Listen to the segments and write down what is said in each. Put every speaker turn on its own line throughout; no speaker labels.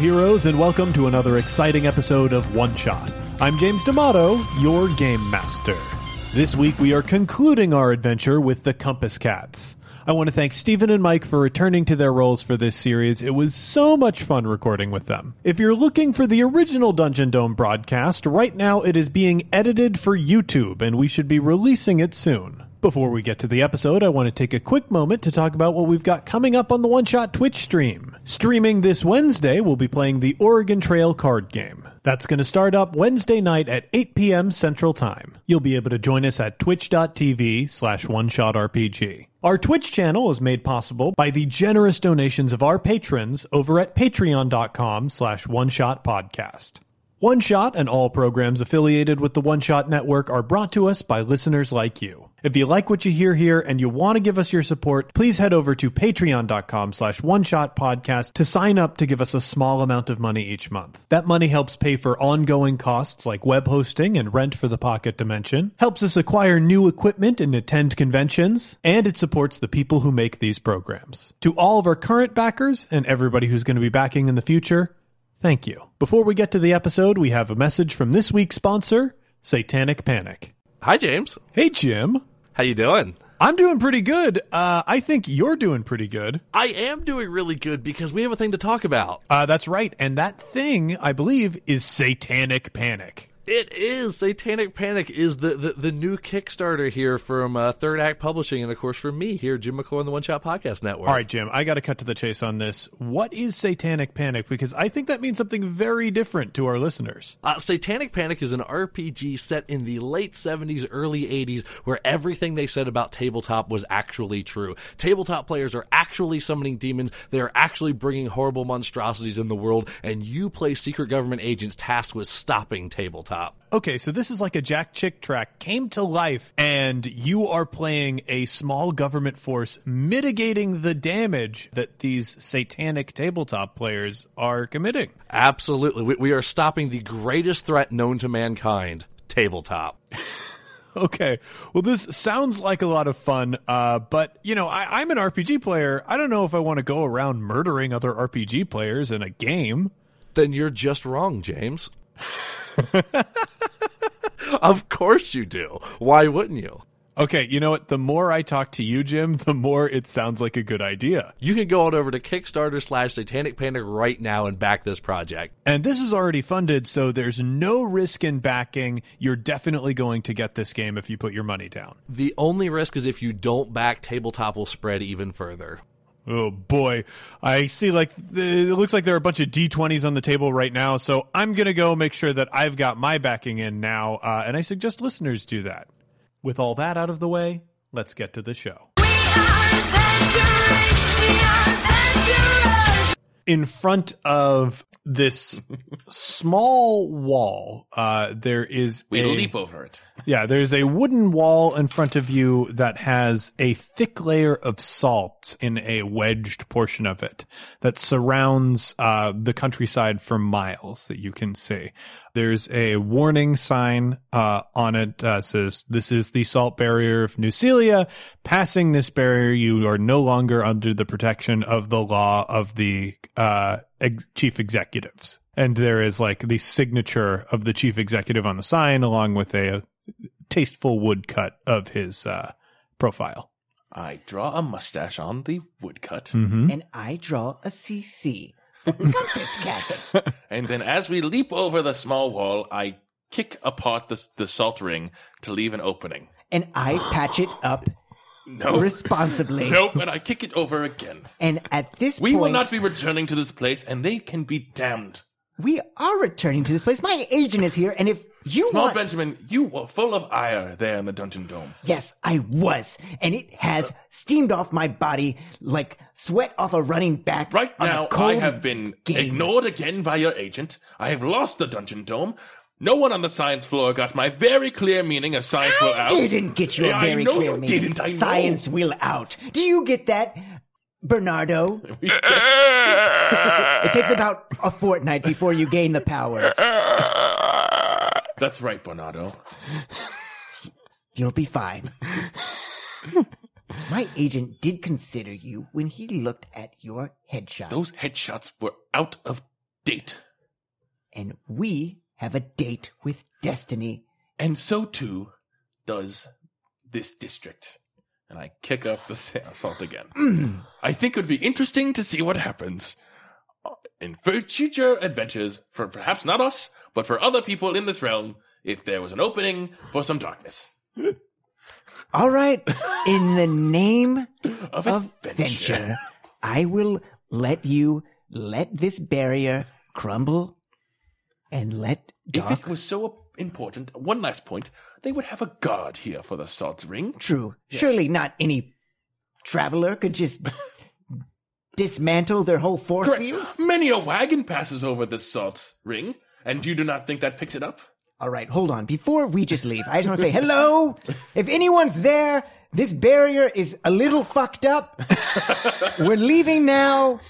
heroes, and welcome to another exciting episode of One Shot. I'm James D'Amato, your game master. This week we are concluding our adventure with the Compass Cats. I want to thank Stephen and Mike for returning to their roles for this series. It was so much fun recording with them. If you're looking for the original Dungeon Dome broadcast, right now it is being edited for YouTube, and we should be releasing it soon. Before we get to the episode, I want to take a quick moment to talk about what we've got coming up on the One Shot Twitch stream. Streaming this Wednesday, we'll be playing the Oregon Trail card game. That's going to start up Wednesday night at 8 p.m. Central Time. You'll be able to join us at twitch.tv slash oneshotrpg. Our Twitch channel is made possible by the generous donations of our patrons over at patreon.com slash oneshotpodcast. One Shot and all programs affiliated with the One Shot Network are brought to us by listeners like you. If you like what you hear here and you want to give us your support, please head over to patreon.com slash one shot podcast to sign up to give us a small amount of money each month. That money helps pay for ongoing costs like web hosting and rent for the Pocket Dimension, helps us acquire new equipment and attend conventions, and it supports the people who make these programs. To all of our current backers and everybody who's going to be backing in the future, Thank you. Before we get to the episode, we have a message from this week's sponsor, Satanic Panic.
Hi, James.
Hey, Jim.
How you doing?
I'm doing pretty good. Uh, I think you're doing pretty good.
I am doing really good because we have a thing to talk about.
Uh, that's right. And that thing, I believe, is Satanic Panic.
It is Satanic Panic is the the, the new Kickstarter here from uh, Third Act Publishing, and of course from me here, Jim McClure on the One Shot Podcast Network.
All right, Jim, I got to cut to the chase on this. What is Satanic Panic? Because I think that means something very different to our listeners.
Uh, Satanic Panic is an RPG set in the late 70s, early 80s, where everything they said about tabletop was actually true. Tabletop players are actually summoning demons, they are actually bringing horrible monstrosities in the world, and you play secret government agents tasked with stopping tabletop.
Okay, so this is like a Jack Chick track came to life, and you are playing a small government force mitigating the damage that these satanic tabletop players are committing.
Absolutely. We, we are stopping the greatest threat known to mankind tabletop.
Okay, well, this sounds like a lot of fun, uh, but you know, I, I'm an RPG player. I don't know if I want to go around murdering other RPG players in a game.
Then you're just wrong, James. of course you do. Why wouldn't you?
Okay, you know what? The more I talk to you, Jim, the more it sounds like a good idea.
You can go on over to Kickstarter slash Satanic Panic right now and back this project.
And this is already funded, so there's no risk in backing. You're definitely going to get this game if you put your money down.
The only risk is if you don't back, tabletop will spread even further.
Oh boy, I see. Like th- it looks like there are a bunch of d20s on the table right now, so I'm gonna go make sure that I've got my backing in now, uh, and I suggest listeners do that. With all that out of the way, let's get to the show.
We are adventurers. We are adventurers.
in front of this small wall uh there is
We
a,
leap over it.
yeah there's a wooden wall in front of you that has a thick layer of salt in a wedged portion of it that surrounds uh the countryside for miles that you can see there's a warning sign uh on it uh, says this is the salt barrier of new celia passing this barrier you are no longer under the protection of the law of the uh, ex- chief executives. And there is like the signature of the chief executive on the sign, along with a tasteful woodcut of his uh, profile.
I draw a mustache on the woodcut,
and I draw a CC. Compass cats.
and then as we leap over the small wall, I kick apart the, the salt ring to leave an opening.
And I patch it up
No.
responsibly.
Nope, and I kick it over again.
And at this
We
point,
will not be returning to this place, and they can be damned.
we are returning to this place. My agent is here, and if you
Small
want,
Benjamin, you were full of ire there in the dungeon dome.
yes, I was, and it has steamed off my body like sweat off a running back.
Right
on a
now, I
cold
have been
game.
ignored again by your agent. I have lost the dungeon dome. No one on the science floor got my very clear meaning of science floor
I
out.
didn't get your
Yeah, I
very
know
clear
you
meaning.
didn't, I know.
Science will out. Do you get that, Bernardo? it takes about a fortnight before you gain the powers.
That's right, Bernardo.
You'll be fine. My agent did consider you when he looked at your headshot.
Those headshots were out of date.
And we have a date with destiny.
And so too does this district. And I kick up the assault again. I think it would be interesting to see what happens uh, in fu- future adventures for perhaps not us, but for other people in this realm, if there was an opening for some darkness.
All right. In the name
Of
of
adventure.
venture, I will let you let this barrier crumble and let
If
dark
it was so important, one last point, they would have a guard here for the salt ring.
true. Surely not any traveler could just dismantle their whole force field.
Many a wagon passes over this salt ring, and you do not think that picks it up?
All right, hold on. Before we just leave, I just want to say hello. If anyone's there, this barrier is a little fucked up. We're leaving now,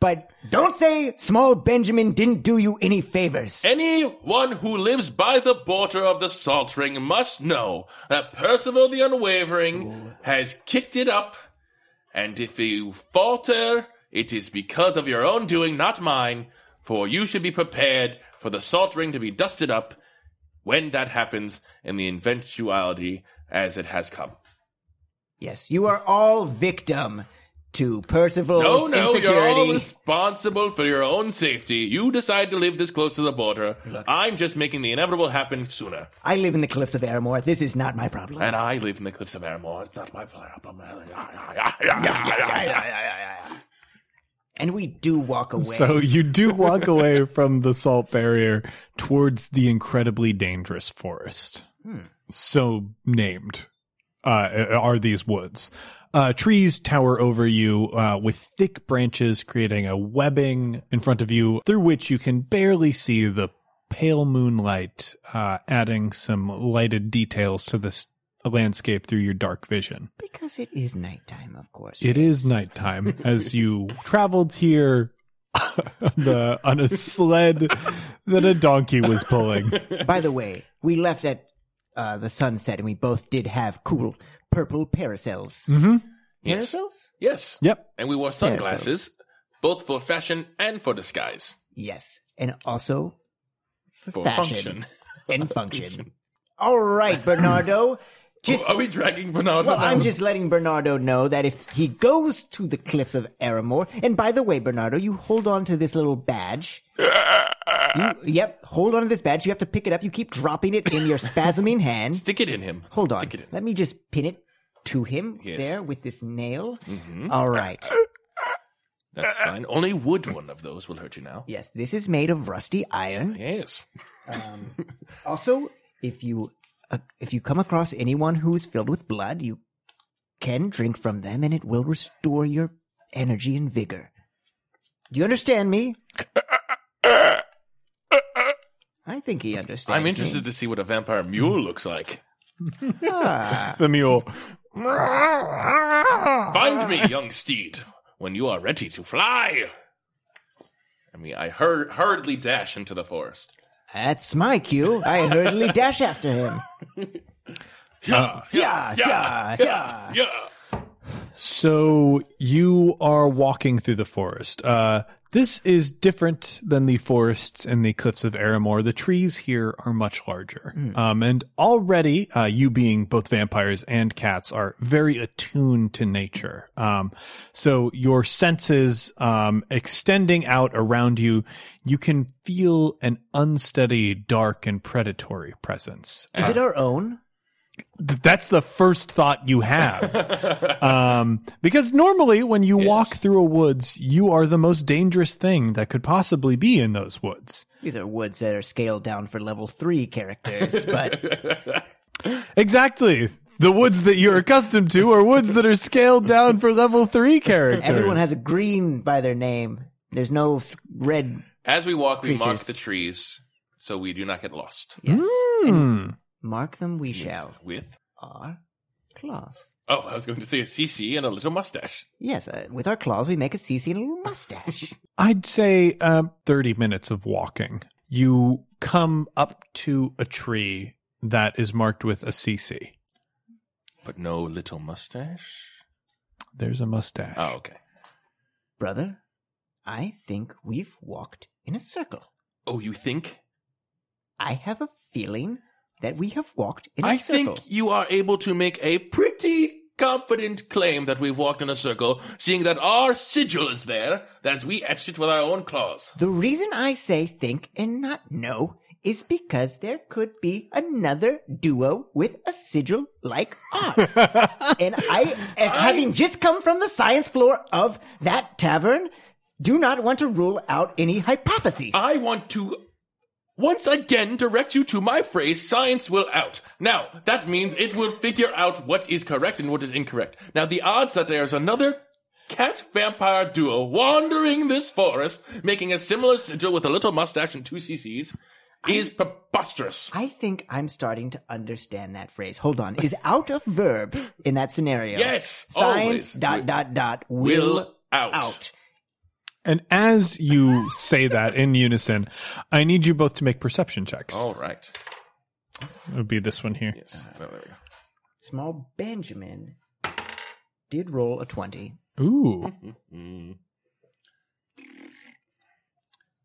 but don't say small Benjamin didn't do you any favors.
Anyone who lives by the border of the salt ring must know that Percival the Unwavering has kicked it up, and if you falter, it is because of your own doing, not mine, for you should be prepared for the salt ring to be dusted up when that happens in the eventuality as it has come.
Yes, you are all victim to Percival's
No, no, you're all
insecurity.
responsible for your own safety. You decide to live this close to the border. I'm just making the inevitable happen sooner.
I live in the cliffs of Aramore. This is not my problem.
And I live in the cliffs of Aramore. It's not my problem.
And we do walk away.
So you do walk away from the salt barrier towards the incredibly dangerous forest. So named uh, are these woods. Uh, trees tower over you uh, with thick branches, creating a webbing in front of you through which you can barely see the pale moonlight, uh, adding some lighted details to this landscape through your dark vision.
because it is nighttime, of course.
It is nighttime as you traveled here on, the, on a sled that a donkey was pulling.
By the way, we left at uh, the sunset, and we both did have cool purple parasels.
Yes.
Parasels?
Yes.
Yep.
And we wore sunglasses, both for fashion and for disguise.
Yes, and also
For
Fashion.
function.
and function. All right, Bernardo. Just
Are we dragging Bernardo?
well, I'm
down?
just letting Bernardo know that if he goes to the cliffs of Aramore, and by the way, Bernardo, you hold on to this little badge. You- yep, hold on to this badge. You have to pick it up. You keep dropping it in your spasming hand.
Stick it in him.
Hold on.
Stick it in.
Let me just pin it to him
Yes. Mm-hmm.
there with this nail. All right. Uh,
That's fine. Only wood one of those will hurt you now.
Yes, this is made of rusty iron.
Yes.
Also, if you uh, if you come across anyone who is filled with blood, you can drink from them, and it will restore your energy and vigor. Do you understand me? I think he understands.
I'm
me.
interested to see what a vampire mule looks like.
The mule.
Find me, young steed, when you are ready to fly. I mean, I hur- hurriedly dash into the forest.
That's my cue. I hurriedly dash after him. Yeah, yeah, yeah.
Yeah.
So you are walking through the forest. Uh, this is different than the forests in the cliffs of Aramore. The trees here are much larger. Um, and already, uh, you being both vampires and cats are very attuned to nature. Um, so your senses, um, extending out around you, you can feel an unsteady, dark, and predatory presence.
Is it our own?
Th- that's the first thought you have. um, because normally when you walk through a woods, you are the most dangerous thing that could possibly be in those woods.
These are woods that are scaled down for level three characters, but
Exactly. The woods that you're accustomed to are woods that are scaled down for level three characters.
everyone has a green by their name. There's no s- red.
As we walk, we mark
Creatures.
the trees so we do not get lost.
Yes.
Hmm.
And mark them we shall.
With
Our claws.
oh, I was going to say a CC and a little mustache.
Yes, uh, with our claws we make a CC and a little mustache.
I'd say um, 30 minutes of walking. You come up to a tree that is marked with a CC.
But no little mustache.
There's a mustache.
Oh, okay.
Brother, I think we've walked in a circle.
Oh, you think?
I have a feeling that we have walked in a
I
circle.
think you are able to make a pretty confident claim that we've walked in a circle, seeing that our sigil is there, that we etched it with our own claws.
The reason I say think and not know is because there could be another duo with a sigil like ours. and I, as having just come from the science floor of that tavern, do not want to rule out any hypotheses.
I want to once again direct you to my phrase, science will out. Now, that means it will figure out what is correct and what is incorrect. Now, the odds that there's another cat vampire duo wandering this forest, making a similar sigil with a little mustache and two CCs, is preposterous.
I think I'm starting to understand that phrase. Hold on. Is out of verb in that scenario.
Yes, always.
Science dot dot dot will,
Will out.
out.
And as you say that in unison, I need you both to make perception checks.
All right.
It would be this one here.
Yes. Oh, there we go.
Small Benjamin did roll a 20.
Ooh.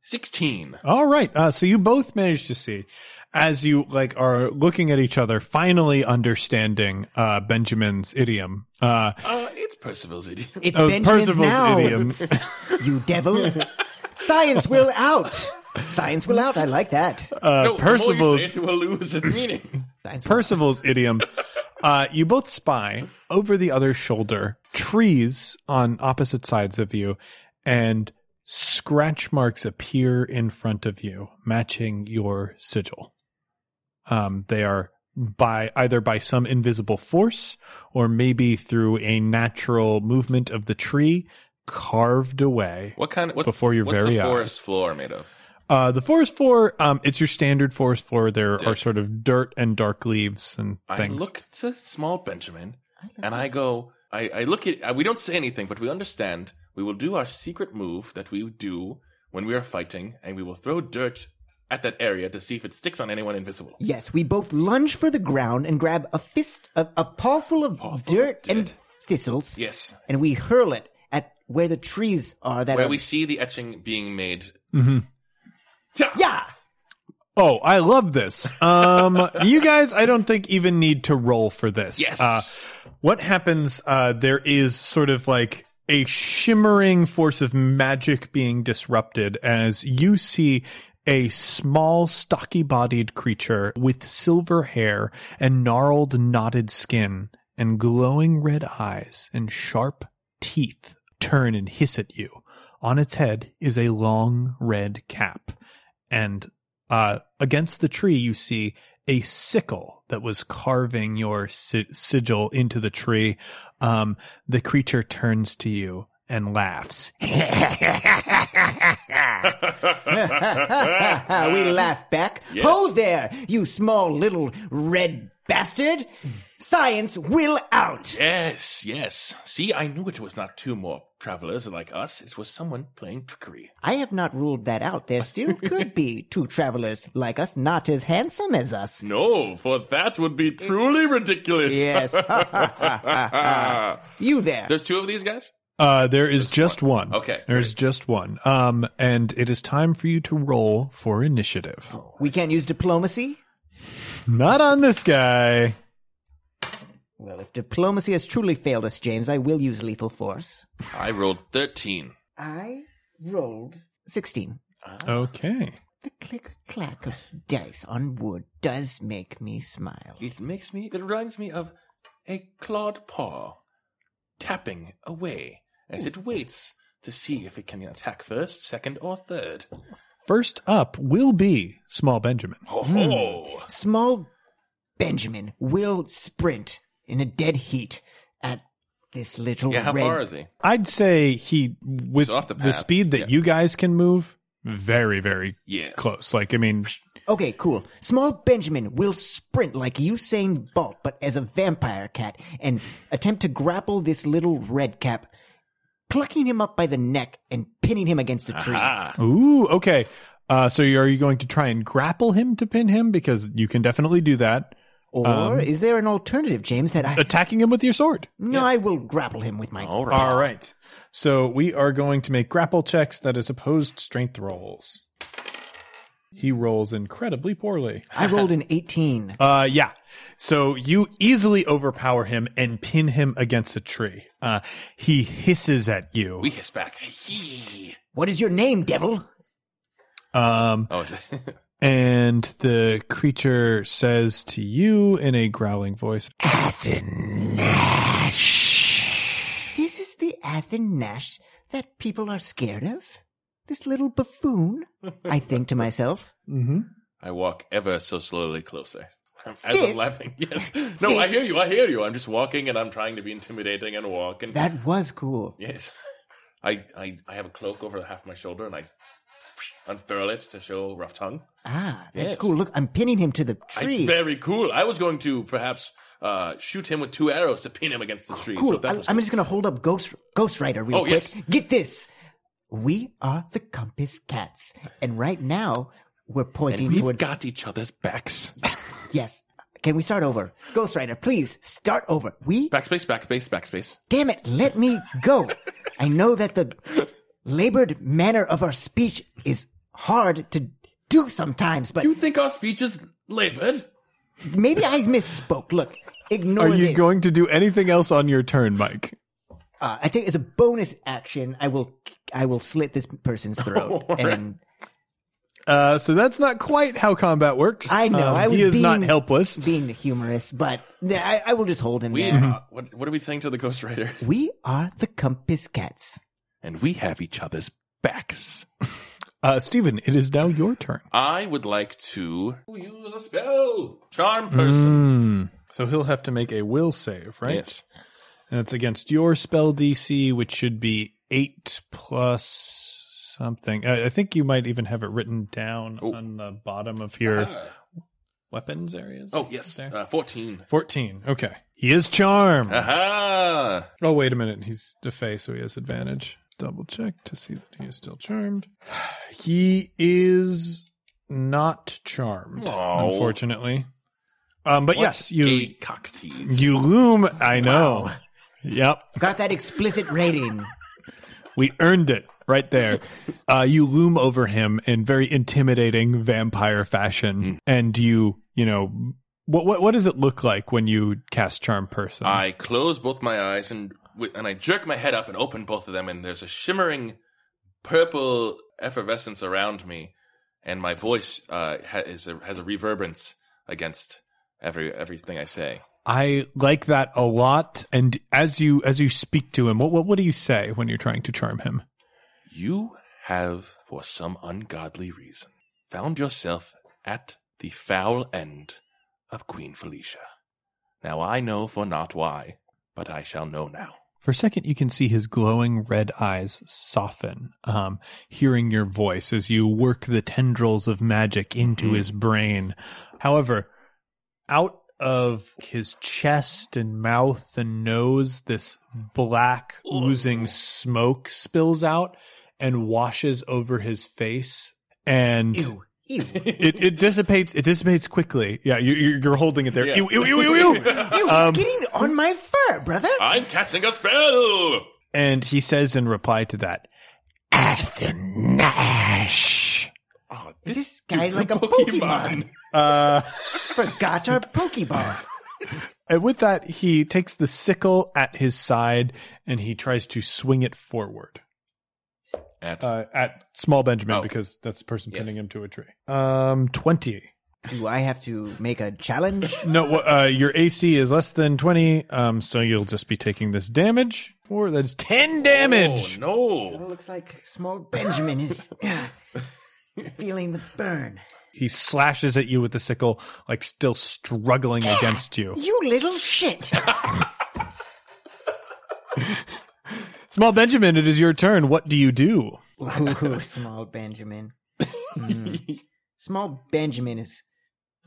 16.
All right. Uh, so you both managed to see, as you like are looking at each other, finally understanding uh, Benjamin's idiom. Uh,
Uh, it's Percival's idiot.
It's
uh,
Benjamin's
Percival's
now,
idiom.
you devil. Science will out. Science will out. I like that.
Uh,
no, the more you
Percival's
say it, it will lose its meaning.
Science will
Percival's idiom. Uh, you both spy over the other shoulder trees on opposite sides of you, and scratch marks appear in front of you, matching your sigil. Um, they are by either by some invisible force or maybe through a natural movement of the tree carved away.
What kind of, what's,
Before your
what's
very
the
eyes.
forest floor made of?
Uh, the forest floor, um, it's your standard forest floor. There are sort of dirt and dark leaves and things.
I look to small Benjamin and I go, I, I look at, uh, we don't say anything, but we understand we will do our secret move that we do when we are fighting and we will throw dirt at that area to see if it sticks on anyone invisible.
Yes, we both lunge for the ground and grab a fist, a, a pawful of dirt and thistles.
Yes.
And we hurl it at where the trees are that
Where
are.
we see the etching being made.
yeah!
Oh, I love this. Um, you guys, I don't think even need to roll for this.
Yes.
Uh, what happens? Uh, there is sort of like a shimmering force of magic being disrupted as you see a small, stocky-bodied creature with silver hair and gnarled, knotted skin and glowing red eyes and sharp teeth turn and hiss at you. On its head is a long red cap and uh, against the tree you see a sickle that was carving your si- sigil into the tree. Um, the creature turns to you and laughs.
we laugh back. Ho there, you small little red bastard! Science will out!
Yes, yes. See, I knew it was not two more travelers like us. It was someone playing trickery.
I have not ruled that out. There still could be two travelers like us, not as handsome as us.
No, for that would be truly ridiculous.
Yes. you there.
There's two of these guys?
Uh, there is just one.
Okay,
There is just one. Um, and it is time for you to roll for initiative.
Oh.
We can't use diplomacy.
Not on this guy.
Well, if diplomacy has truly failed us, James, I will use lethal force.
I rolled 13.
I rolled 16.
Okay.
The click clack of dice on wood does make me smile.
It makes me, it reminds me of a clawed paw tapping away as it waits to see if it can attack first, second, or third.
First up will be Small Benjamin.
Oh, ho
Small Benjamin will sprint in a dead heat at this little
yeah, how
red
far is he?
I'd say he, with
He's off the
the,
path.
speed that
Yeah.
you guys can move, very, very
Yes.
close. Like, I mean,
Okay, cool. Small Benjamin will sprint like Usain Bolt, but as a vampire cat, and attempt to grapple this little red cap, plucking him up by the neck and pinning him against a tree.
Ooh, okay. Uh, so you, are you going to try and grapple him to pin him? Because you can definitely do that.
Or is there an alternative, James, that I.
attacking him with your sword.
no, I will grapple him with my.
All right.
uh, All right. So we are going to make grapple checks that is opposed strength rolls. He rolls incredibly poorly.
I rolled an 18.
Uh, yeah. So you easily overpower him and pin him against a tree. Uh, he hisses at you.
We hiss back. Yee.
What is your name, devil?
Um,
Oh, is it?
and the creature says to you in a growling voice,
This is the Athenash that people are scared of? This little buffoon? I think to myself.
I walk ever so slowly closer. As
This-
I'm laughing, yes. No, I
this-
hear you. I hear you. I'm just walking, and I'm trying to be intimidating and walk. And
That was cool.
yes, I, I, I have a cloak over the half of my shoulder, and I unfurl it to show rough tongue.
Ah, that's
Yes.
cool. Look, I'm pinning him to the
It's
tree.
very cool. I was going to perhaps uh, shoot him with two arrows to pin him against the tree.
Oh, cool.
So that
I,
was
I'm just going to hold up Ghost, Ghost Rider real
Oh,
quick.
yes.
Get this. We are the Compass Cats. And right now, we're pointing
We've
towards.
got each other's backs.
yes. Can we start over? Ghost Rider, please start over. We
Backspace, backspace, backspace.
Damn it, let me go. I know that the labored manner of our speech is hard to do sometimes, but
You think our speech is labored?
maybe I misspoke. Look, ignore
Are you
this.
going to do anything else on your turn, Mike?
Uh, I think it's a bonus action. I will, I will slit this person's throat, and
Uh, so that's not quite how combat works.
I know,
Um,
I was
he is not
being-
helpless.
being humorous, but th- I, I will just hold him
We
there.
uh, what, what are we saying to the Ghost Rider?
We are the Compass Cats.
And we have each other's backs.
Uh, Steven, it is now your turn.
I would like to use a spell.
Mm,
Charm person.
So he'll have to make a will save, right?
Hmm. Yes.
And it's against your spell DC, which should be eight plus something. I, I think you might even have it written down
Oh. Ah.
on the bottom of your weapons areas.
Oh yes, uh, fourteen.
14. Okay. He is
Uh,
charmed.
Aha!
Oh, wait a minute. He's defay, so he has advantage. Double check to see that he is still charmed. He is not charmed,
Oh.
unfortunately. Um, but yes, you
a cock tease.
you loom. I know. Yep,
Got that explicit rating.
we earned it right there. Uh, you loom over him in very intimidating vampire fashion, and you you know what what what does it look like when you cast charm person?
I close both my eyes and wi- and I jerk my head up and open both of them, and there's a shimmering purple effervescence around me, and my voice uh, ha- is a, has a reverberance against every everything I say.
I like that a lot. And as you as you speak to him, what what, what do you say when you're trying to charm him?
You have, for some ungodly reason, found yourself at the foul end of Queen Felicia. Now I know for not why, but I shall know now.
For a second, you can see his glowing red eyes soften, um, hearing your voice as you work the tendrils of magic into his brain. However, out of his chest and mouth and nose, this black, oozing smoke spills out and washes over his face. And
Ew, ew,
it, it dissipates. It dissipates quickly. Yeah, you, you're you're holding it there.
Yeah.
Ew, ew, ew, ew, ew.
ew! it's getting on my fur, brother.
I'm catching a spell!
and he says in reply to that, Athenash.
Oh,
This, guy's like a Pokemon.
Uh,
Forgot our Pokeball.
and with that, he takes the sickle at his side and he tries to swing it forward
At
uh, at small Benjamin
Oh.
because that's the person
Yes.
pinning him to a tree. Um, twenty.
Do I have to make a challenge?
No, wha- uh, your AC is less than twenty, um, so you'll just be taking this damage. Or that's ten damage.
Oh, no.
It looks like small Benjamin is ah, feeling the burn.
He slashes at you with the sickle, like still struggling against you.
You little shit!
Small Benjamin, it is your turn. What do you do?
Ooh, small Benjamin. Mm. Small Benjamin is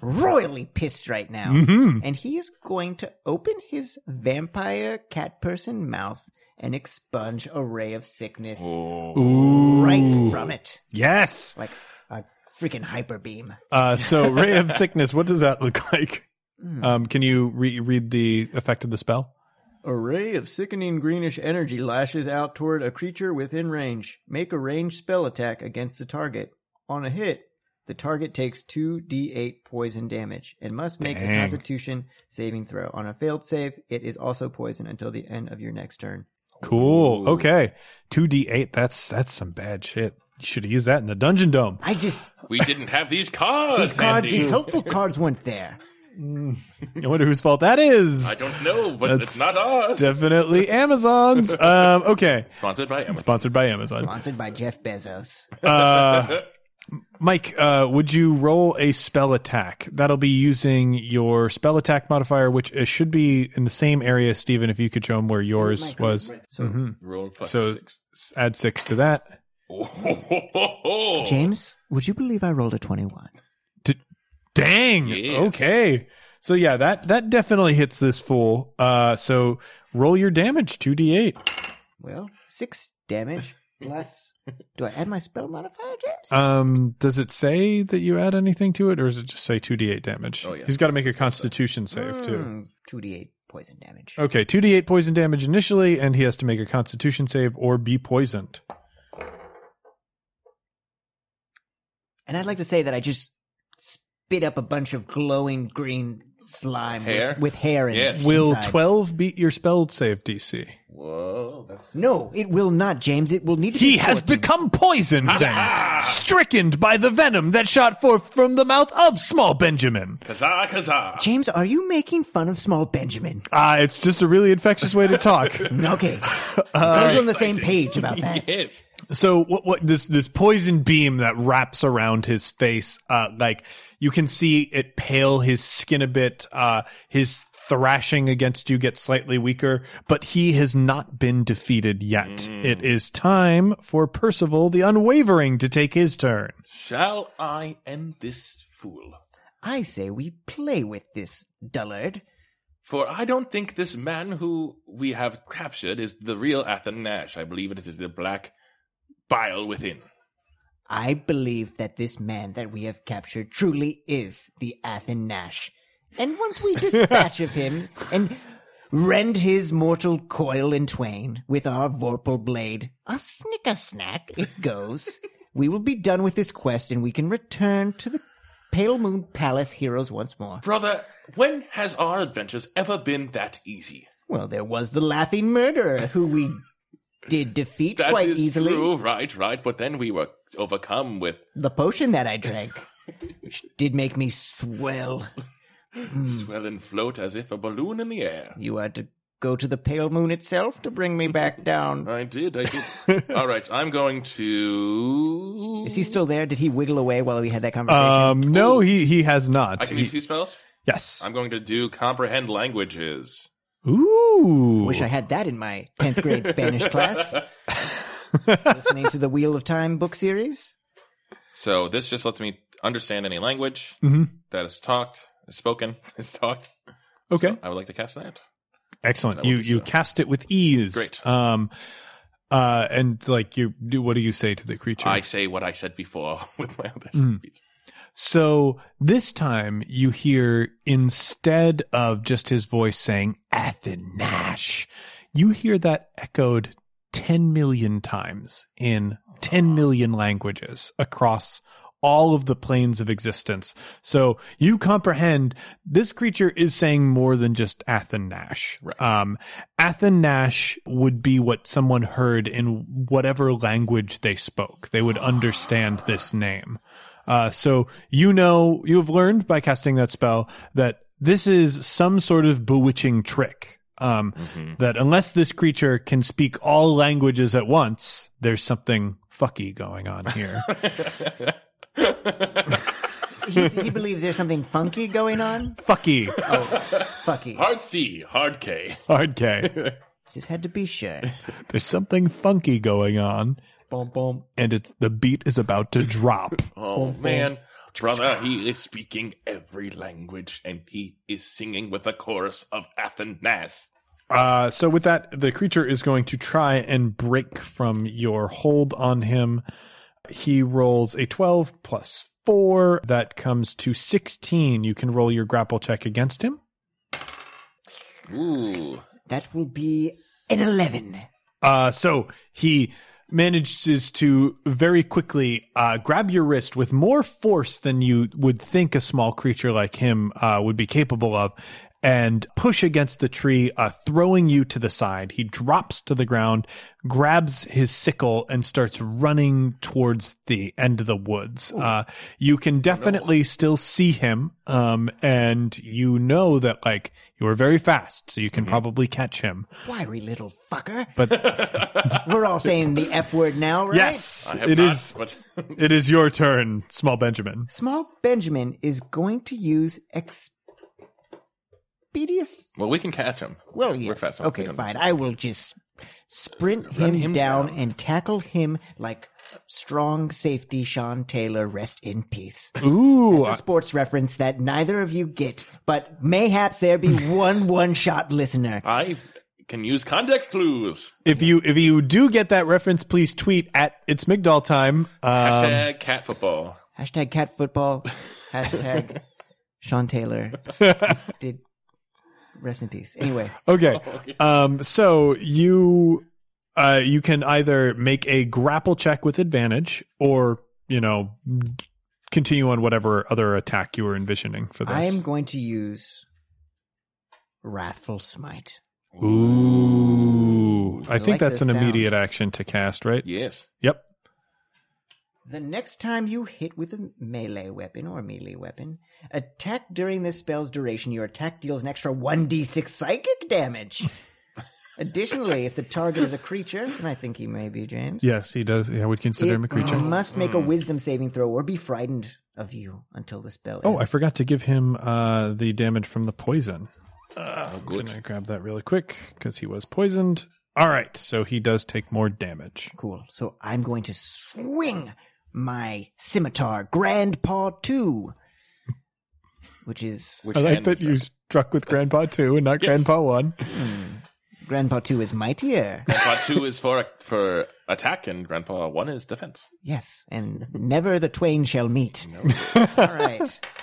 royally pissed right now. And he is going to open his vampire cat person mouth and expunge a ray of sickness right from it.
Yes.
Like a freaking hyper beam.
Uh, so ray of sickness. What does that look like? Um, can you re- read the effect of the spell?
A ray of sickening greenish energy lashes out toward a creature within range. Make a ranged spell attack against the target. On a hit, the target takes 2d8 poison damage and must make
Dang.
a constitution saving throw. On a failed save, it is also poison until the end of your next turn.
Cool. Okay. 2d8. That's that's some bad shit. You should have used that in the dungeon dome.
I just
We didn't have these cards,
these cards,
Andy.
these helpful cards weren't there.
I wonder whose fault that is.
I don't know, but it's
That's-
not ours.
Definitely Amazon's. um, okay.
Sponsored by Amazon.
Sponsored by Amazon.
Sponsored by Jeff Bezos.
Mike, uh, would you roll a spell attack? That'll be using your spell attack modifier, which uh, should be in the same area, Stephen, if you could show him where yours was. Mm-hmm.
Roll plus
So
six.
s- add six to that.
James, would you believe I rolled a twenty-one?
Dang.
Yes.
Okay. So yeah, that that definitely hits this fool. Uh, so roll your damage, two d eight.
Well, six damage plus. Do I add my spell modifier, James?
Um, does it say that you add anything to it, or does it just say two d eight damage?
Oh, yeah.
He's got to make a Constitution save too.
Mm, Two d eight poison damage.
Okay, two d eight poison damage initially, and he has to make a Constitution save or be poisoned.
And I'd like to say that I just spit up a bunch of glowing green slime with-
Hair?
With, hair in
Yes.
it.
Will
inside.
twelve beat your spell save DC?
Whoa, that's
No, it will not, James. It will need to
He
be
has
14.
become poisoned then, stricken by the venom that shot forth from the mouth of small Benjamin.
Kazaa Kazaa.
James, are you making fun of small Benjamin?
Ah, it's just a really infectious way to talk.
Okay. Sounds on the same page about that.
Yes.
so what what this this poison beam that wraps around his face uh like you can see it pale his skin a bit uh his thrashing against you gets slightly weaker but he has not been defeated yet
Hmm.
it is time for percival the unwavering to take his turn
Shall I end this fool?
I say we play with this dullard.
For I don't think this man who we have captured is the real Athanash. I believe it is the black bile within.
I believe that this man that we have captured truly is the Athanash. And once we dispatch of him and rend his mortal coil in twain with our vorpal blade, a snicker snack it goes, we will be done with this quest and we can return to the Pale Moon Palace heroes once more.
Brother, when has our adventures ever been that easy?
Well, there was the laughing murderer who we did defeat
That is
quite easily.
true, right, right. But then we were overcome with
The potion that I drank which did make me swell.
swell and float as if a balloon in the air.
You had to go to the pale moon itself to bring me back down.
I did, I did. All right, I'm going to.
Is he still there? Did he wiggle away while we had that conversation?
um no he he has not
I can do two spells.
yes
I'm going to do comprehend languages.
ooh
Wish I had that in my 10th grade Spanish class. Listening to the Wheel of Time book series.
So this just lets me understand any language that is talked, is spoken, is talked.
okay
I would like to cast that.
Excellent.
will
You
do
you
so.
cast it with ease.
Great.
Um, uh, and like you do, what do you say to the creature?
I say what I said before with my other speech.
so this time you hear instead of just his voice saying Athanash, you hear that echoed ten million times in ten million languages across all of the planes of existence. So you comprehend this creature is saying more than just Athanash. Um, Athanash would be what someone heard in whatever language they spoke. They would understand this name. Uh, so you know, you have learned by casting that spell that this is some sort of bewitching trick. Um, that unless this creature can speak all languages at once, there's something fucky going on here.
He, he believes there's something funky going on.
fucky.
Fucky.
Hard C, hard K.
Hard K.
Just had to be sure.
There's something funky going on,
Boom, boom.
and it's the beat is about to drop.
Oh man, brother, he is speaking every language and he is singing with a chorus of Athenas.
Uh, so with that, the creature is going to try and break from your hold on him. He rolls a 12 plus four. That comes to 16. You can roll your grapple check against him.
Ooh.
That will be an 11.
Uh, so he manages to very quickly uh, grab your wrist with more force than you would think a small creature like him uh, would be capable of and push against the tree, uh, throwing you to the side. He drops to the ground, grabs his sickle, and starts running towards the end of the woods. Uh, you can definitely still see him, um, and you know that, like, you are very fast, so you
Mm-hmm.
can probably catch him.
Wiry little fucker.
But
We're all saying the F word now, right?
yes,
I have
it
not,
is.
But
It is your turn, small Benjamin.
Small Benjamin is going to use expedious.
well, we can catch him.
Well, yes.
We're fast enough. We
okay,
can-
fine. I will just sprint him,
him
down,
down.
and tackle him like strong safety Sean Taylor. Rest in peace.
Ooh,
It's a sports reference that neither of you get, but mayhaps there be one one-shot listener.
I can use context clues.
if you if you do get that reference, please tweet at it's Migdal time. Uh,
Hashtag cat football.
Hashtag cat football. Hashtag Sean Taylor. Did rest in peace. Anyway,
okay, um, so you uh, you can either make a grapple check with advantage, or you know continue on whatever other attack you were envisioning for this.
I am going to use Wrathful Smite.
Ooh, I,
I
think
like
that's
this
an
sound.
immediate action to cast, right?
Yes.
Yep.
The next time you hit with a melee weapon or melee weapon, attack during this spell's duration, your attack deals an extra 1d6 psychic damage. Additionally, if the target is a creature, and I think he may be, James.
Yes, he does. Yeah, I would consider
It
him a creature.
must make a wisdom saving throw or be frightened of you until the spell
Oh, I
ends.
forgot to give him uh, the damage from the poison.
Oh,
Can I
good.
grab that really quick? Because he was poisoned. All right, so he does take more damage.
Cool. So I'm going to swing my scimitar, Grand Paw 2, which is.
Which
I like
hand
that
is
you struck with Grandpa 2 and not Grandpa 1.
Grandpa 2 is mightier.
Grandpa two is for for attack, and Grandpa one is defense.
Yes. And never the twain shall meet. All right.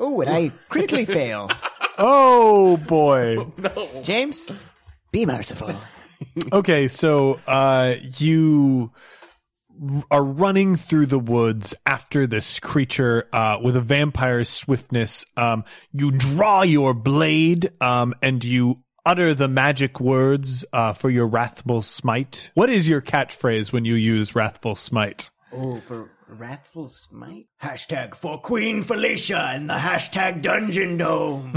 Oh, and I critically fail.
Oh, boy.
James, be merciful.
Okay, so uh, you r- are running through the woods after this creature uh, with a vampire's swiftness. Um, you draw your blade um, and you utter the magic words uh, for your wrathful smite. What is your catchphrase when you use wrathful smite?
Oh, for wrathful smite? Hashtag for Queen Felicia and the hashtag Dungeon Dome.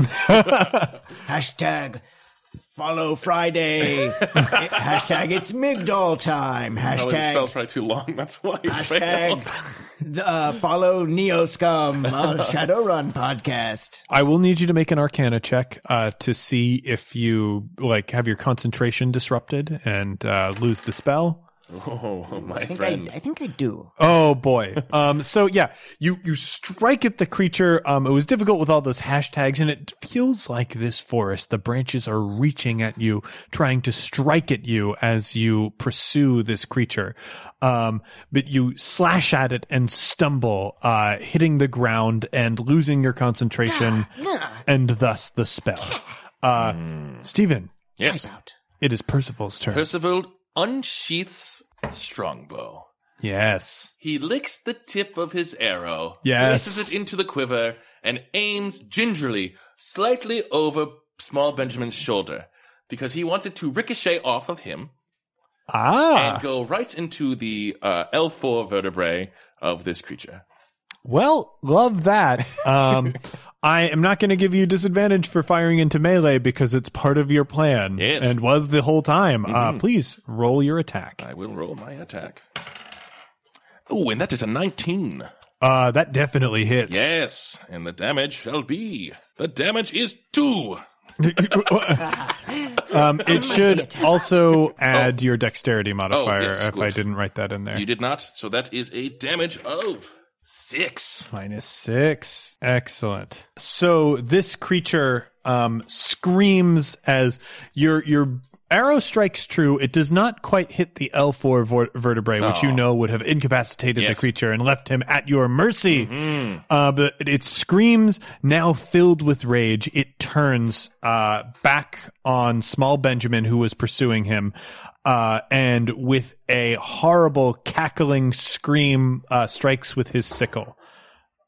hashtag follow Friday. hashtag it's Migdal time.
Oh, the
Hashtag
spell's probably too long. That's why. you failed.
hashtag the, uh, follow Neoscum on Shadowrun podcast.
I will need you to make an Arcana check uh, to see if you like have your concentration disrupted and uh, lose the spell.
Oh, my
I think I,
friend.
I think I do.
Oh boy. Um so yeah, you you strike at the creature. Um it was difficult with all those hashtags and it feels like this forest the branches are reaching at you trying to strike at you as you pursue this creature. Um but you slash at it and stumble uh hitting the ground and losing your concentration and thus the spell. Uh Stephen,
yes.
it is Percival's turn.
Percival unsheaths strongbow.
yes.
He licks the tip of his arrow,
Yes.
places it into the quiver, and aims gingerly, slightly over small Benjamin's shoulder, because he wants it to ricochet off of him
Ah.
and go right into the uh, L4 vertebrae of this creature.
Well, love that. Um, I am not going to give you disadvantage for firing into melee because it's part of your plan
Yes. Mm-hmm.
and was the whole time. Uh, please roll your attack.
I will roll my attack. Oh, and that is a 19.
Uh, that definitely hits.
Yes, and the damage shall be. The damage is two.
Um, it should also add your dexterity modifier
Oh. yes,
if
good.
I didn't write that in there.
You did not, so that is a damage of six.
Minus six. Excellent. So this creature um, screams as your your Arrow strikes true. It does not quite hit the L4 vor- vertebrae, which you
Oh.
know would have incapacitated the
Yes. Mm-hmm.
creature and left him at your mercy. Uh, but it screams, now filled with rage. It turns uh, back on small Benjamin, who was pursuing him, uh, and with a horrible cackling scream, uh, strikes with his sickle.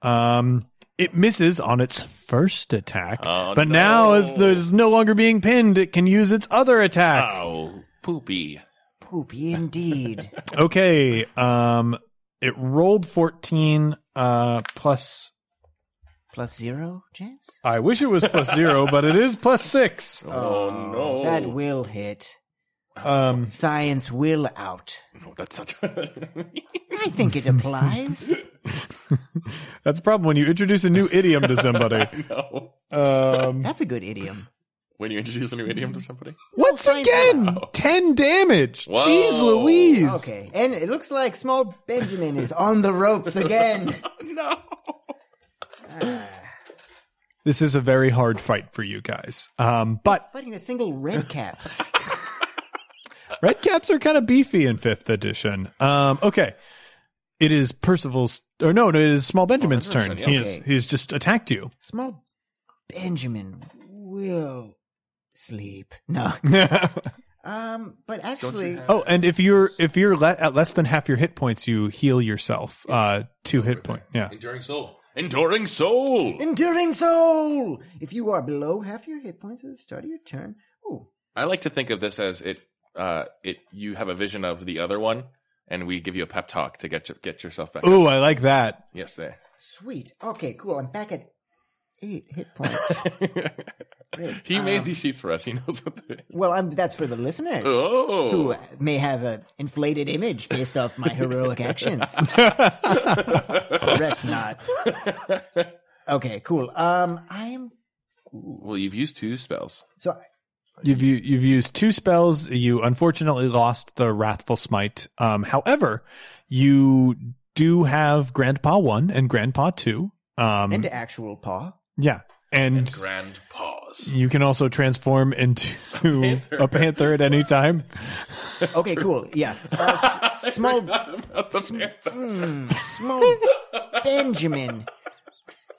Um, it misses on its first attack,
Oh,
but now
no.
as there's no longer being pinned, it can use its other attack.
Oh, poopy.
Poopy indeed.
Oh.
Okay, um, it rolled 14 uh, plus.
Plus zero chance?
I wish it was plus zero, but it is plus six.
Oh, no.
That will hit.
Um,
Science will out.
No, that's not.
I think it applies.
that's the problem when you introduce a new idiom to somebody.
no.
Um,
That's a good idiom.
When you introduce a new idiom to somebody.
once
find
again, 10 damage.
Whoa.
Jeez Louise.
Okay. And it looks like small Benjamin is on the ropes again.
No.
This is a very hard fight for you guys. Um, but
Fighting a single red cap.
Red caps are kind of beefy in fifth edition. Um, okay. It is Percival's, or no, no, it is Small Benjamin's turn.
Benjamin's
He
turn, yeah.
has, he's just attacked you.
Small Benjamin will sleep. No. Um, but actually,
oh, and if you're if you're le- at less than half your hit points, you heal yourself uh, two hit point. Yeah,
Enduring soul. Enduring soul.
Enduring Soul! If you are below half your hit points at the start of your turn, ooh,
I like to think of this as it. Uh, it. You have a vision of the other one, and we give you a pep talk to get your, get yourself back. up.
Ooh, I like that.
Yes, there.
sweet. Okay, cool. I'm back at eight hit points.
He made these sheets for us. He knows what they.
well, I'm, that's for the listeners
Oh.
who may have an inflated image based off my heroic actions. Rest not. Okay, cool. Um, I'm
Well, you've used two spells.
so I-
You've u- you've used two spells. You unfortunately lost the Wrathful Smite. Um, however, you do have Grandpa one and Grandpa two. Um,
into actual paw.
yeah, and,
Grand pause.
You can also transform into a panther, at any time.
Okay, cool. Yeah, uh, s- small, sm- mm, small Benjamin.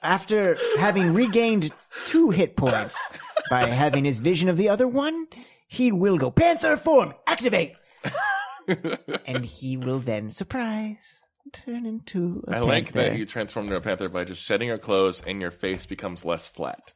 After having regained two hit points by having his vision of the other one, he will go Panther form, activate, and he will then surprise turn into a
I
panther.
like that you transformed into a panther by just shedding your clothes, and your face becomes less flat.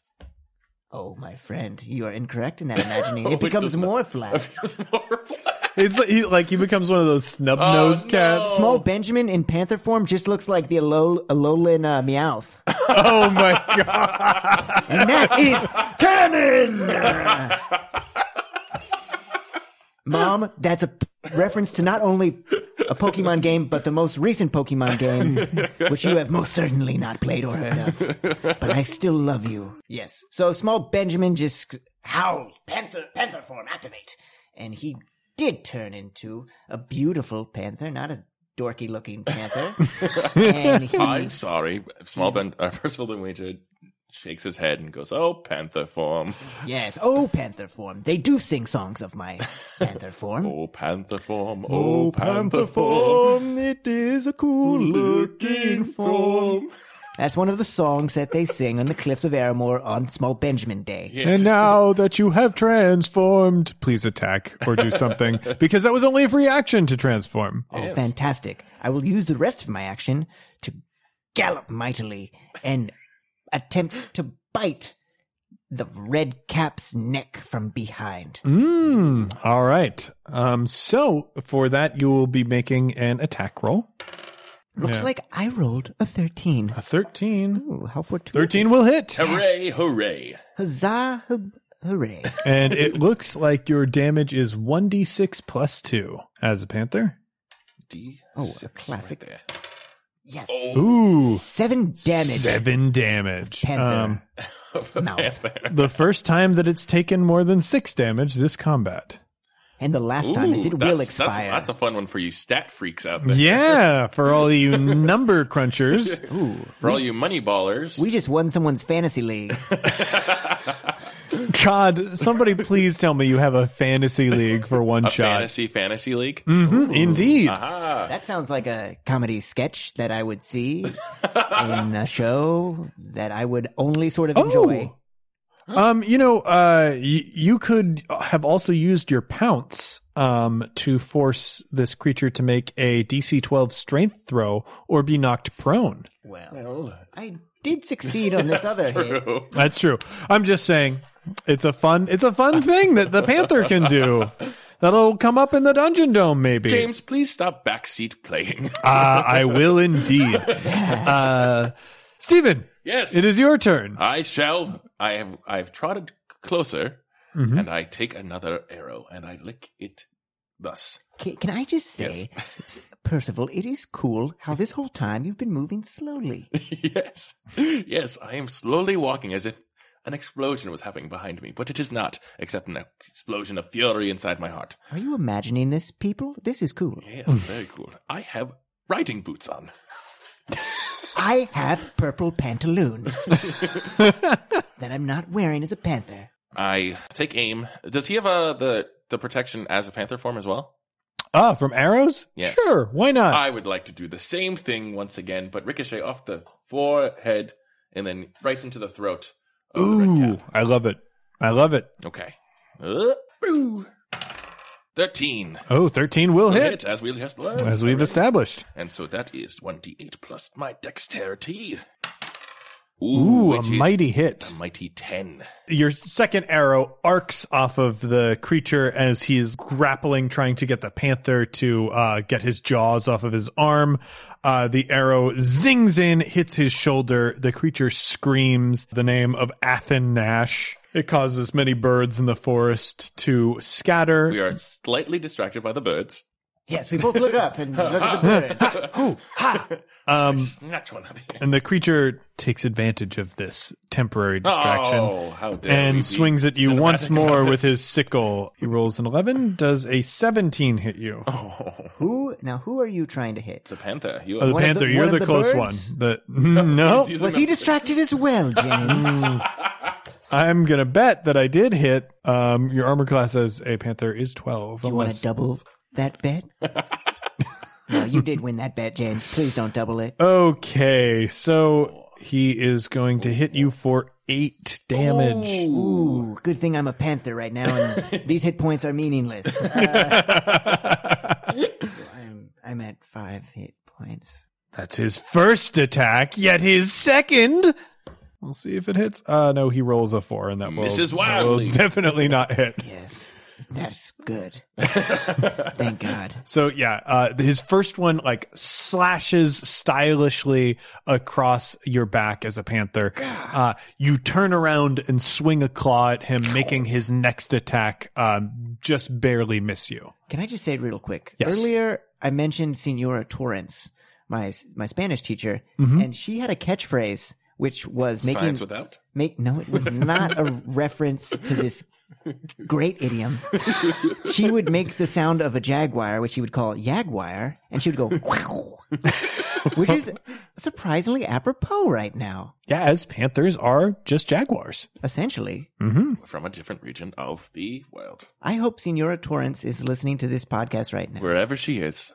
Oh, my friend, you are incorrect in that imagining.
Oh,
it becomes more flat.
More flat.
It's like he, like he becomes one of those snub nosed
Oh,
cats.
no.
Small Benjamin in panther form just looks like the Alo- Alolan uh, Meowth.
Oh my god!
And that is canon! Mom, that's a p- reference to not only a Pokemon game, but the most recent Pokemon game, which you have most certainly not played or heard of. But I still love you. Yes. So small Benjamin just howled, Panther, Panther form, activate. And he did turn into a beautiful panther, not a dorky looking panther. and he
I'm sorry. Small Ben. Uh, Percival Luigi shakes his head and goes, "Oh, panther form.
Yes. Oh, Panther form. They do sing songs of my Panther form.
Oh, panther form. Oh, panther form.
It is a cool
Looking form.
That's one of the songs that they sing on the cliffs of Aramore on Small Benjamin Day.
And now that you have transformed, please attack or do something because that was only a free action to transform.
Oh, fantastic. I will use the rest of my action to gallop mightily and attempt to bite the red cap's neck from behind.
Mm, all right. Um, so for that, you will be making an attack roll.
Looks
Yeah.
like I rolled a 13.
A thirteen.
Ooh, how fortuitous.
Thirteen will hit.
Hooray! Hooray!
Huzzah, hub- hooray.
and it looks like your damage is 1d6 plus 2 as a panther.
D.
Oh,
six
a classic.
there.
Yes.
Oh. Ooh.
Seven damage.
7 damage.
Panther. Mouth.
Um, the first time that it's taken more than 6 damage this combat.
And the last time is
Ooh,
it
that's-
will expire.
That's, that's a fun one for you stat freaks out there.
Yeah, for all you number crunchers.
For all you money ballers.
We just won someone's fantasy league.
God, somebody please tell me you have a fantasy league for one
A
shot.
uh, fantasy fantasy league. Uh-huh.
Mhm, Indeed.
That sounds like a comedy sketch that I would see in a show that I would only sort of
Oh!
enjoy.
Oh. Um, you know, uh, y- you could have also used your pounce um to force this creature to make a DC 12 strength throw or be knocked prone.
Well, I did succeed on this other hit.
That's true. I'm just saying it's a fun it's a fun thing that the panther can do. That'll come up in the dungeon dome maybe.
James, please stop backseat playing.
Ah, I will indeed. Uh Steven,
yes,
it is your turn.
I shall. I have. I've trotted closer,
Mm-hmm.
and I take another arrow and I lick it. Thus,
Can, can I just say, Percival, it is cool how this whole time you've been moving slowly.
yes, yes, I am slowly walking as if an explosion was happening behind me, but it is not, except an explosion of fury inside my heart.
Are you imagining this, people? This is cool.
Hmm.
Yes, very cool. I have riding boots on.
I have purple pantaloons that I'm not wearing as a panther.
I take aim. Does he have uh, the the protection as a panther form as well?
Ah, from arrows?
Yes.
Sure, why not?
I would like to do the same thing once again, but ricochet off the forehead and then right into the throat. Of The red
Ooh,
cat.
I love it. I love it.
Okay. Uh, boo. Thirteen
Oh, 13 will
hit.
hit,
as we just learned,
as we've established.
and so that is one d eight plus my dexterity. Ooh,
Ooh, a
which is
mighty hit.
a mighty ten.
Your second arrow arcs off of the creature as he is grappling, trying to get the panther to uh, get his jaws off of his arm. Uh, the arrow zings in, hits his shoulder. The creature screams the name of Athen Nash. It causes many birds in the forest to scatter.
We are slightly distracted by the birds.
Yes, we both look up and look at the bird.
Snatch one of the
and the creature takes advantage of this temporary distraction.
Oh, how dare we be
and swings at you
cinematic
once
about
more with
this.
his sickle. He rolls an 11. Does a 17 hit you?
Oh, Who now? Who are you trying to hit?
the panther. You
the
one of
panther,
the-
you're
one
the,
of the
close
birds?
one. The, no,
Oh, Was he distracted as well, James?
I'm going to bet that I did hit. Um, your armor class as a panther is 12.
you want to
unless,
double that bet? no, you did win that bet, James. Please don't double it.
okay, so he is going to hit you for 8 damage.
Ooh, good thing I'm a panther right now, and these hit points are meaningless. Uh, I'm, I'm at five hit points.
That's his first attack, yet his second. We'll see if it hits. Uh no, he rolls a four, and that will,
Misses
that
wildly.
will definitely not hit.
Yes, that's good. Thank God.
So yeah, uh, his first one like slashes stylishly across your back as a panther. Uh, you turn around and swing a claw at him, making his next attack um, just barely miss you.
Can I just say real quick?
Yes.
Earlier, I mentioned Senora Torrance, my my Spanish teacher, and she had a catchphrase which was making
science without.
make no it was not a reference to this great idiom she would make the sound of a jaguar which she would call jaguar and she would go wow which is surprisingly apropos right now
Yeah, as panthers are just jaguars.
essentially
from a different region of the world.
i hope senora torrance is listening to this podcast right now
Wherever she is.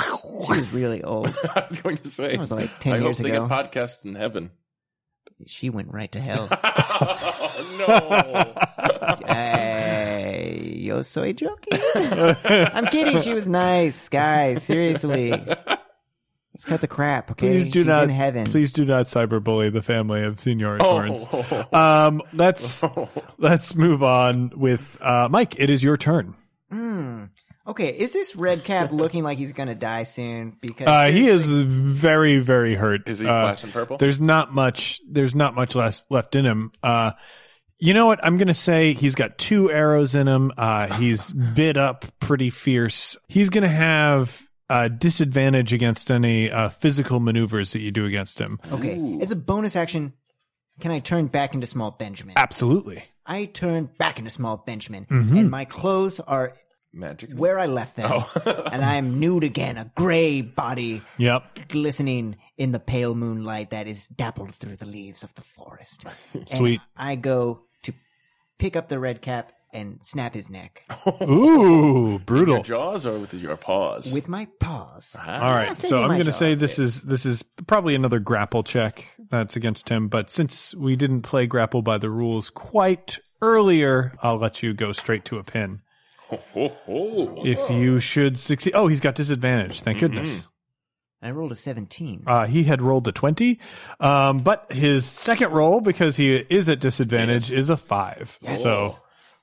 she was really old
I was going to say.
That was like 10
I
years
hope they
ago.
get podcasts in heaven.
she went right to hell
oh, no.
Hey, yo soy joking. I'm kidding. She was nice, guys. Seriously, let's cut the crap. Okay,
Please do
She's
not.
in heaven.
Please do not cyberbully the family of Senora Torrance.
Oh.
Um, let's let's move on with uh, Mike. It is your turn.
Okay, is this red cap looking like he's gonna die soon? Because
Uh, he is very very hurt.
Is he
Uh,
flashing purple?
There's not much. There's not much less left in him. Uh, you know what? I'm gonna say he's got two arrows in him. Uh, he's bit up pretty fierce. He's gonna have. Uh, disadvantage against any uh, physical maneuvers that you do against him.
okay, as a bonus action, can I turn back into small Benjamin?
Absolutely.
I turn back into small Benjamin,
Mm-hmm.
and my clothes are
Magic.
where I left them,
Oh.
and I am nude again, a gray body
Yep.
glistening in the pale moonlight that is dappled through the leaves of the forest. And
Sweet.
I go to pick up the red cap and snap his neck
Ooh,
Your
brutal.
jaws or with your paws?
with my paws.
All right,
say
so
with
I'm
my
going to say
jaws.
this is this is probably another grapple check that's against him. But since we didn't play grapple by the rules quite earlier, I'll let you go straight to a pin.
Ho, ho.
If you should succeed, oh, he's got disadvantage. Thank goodness.
I rolled a 17.
Uh, he had rolled a 20, um, but his second roll, because he is at disadvantage, is a 5. So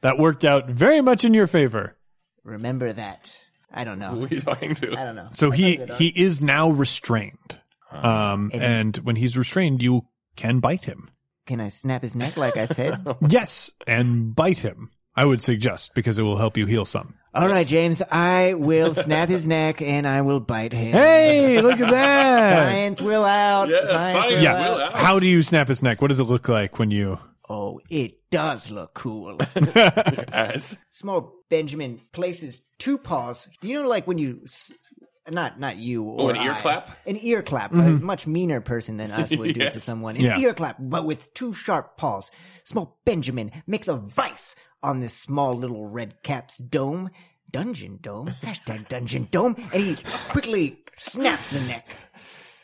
that worked out very much in your favor.
Remember that. I don't know.
Who are you talking to?
I don't know.
So he, he is now restrained.
Uh-huh.
Um, and when he's restrained, you can bite him.
Can I snap his neck like I said?
Oh, Yes, and bite him, I would suggest, because it will help you heal some.
All right, James, I will snap his neck and I will bite him.
Hey, look at that!
Science will out.
Yeah, science
will
Yeah.
will out.
How do you snap his neck? What does it look like when you.
Oh, it does look cool.
As
Small Benjamin places two paws. You know, like when you, s- not not you or
Oh, an ear
I.
clap?
An ear clap. A much meaner person than us would do to
Yes.
someone. An
Yeah.
ear clap, but with two sharp paws. Small Benjamin makes a vice on this small little red cap's dome. Dungeon dome. Hashtag dungeon dome. And he quickly snaps the neck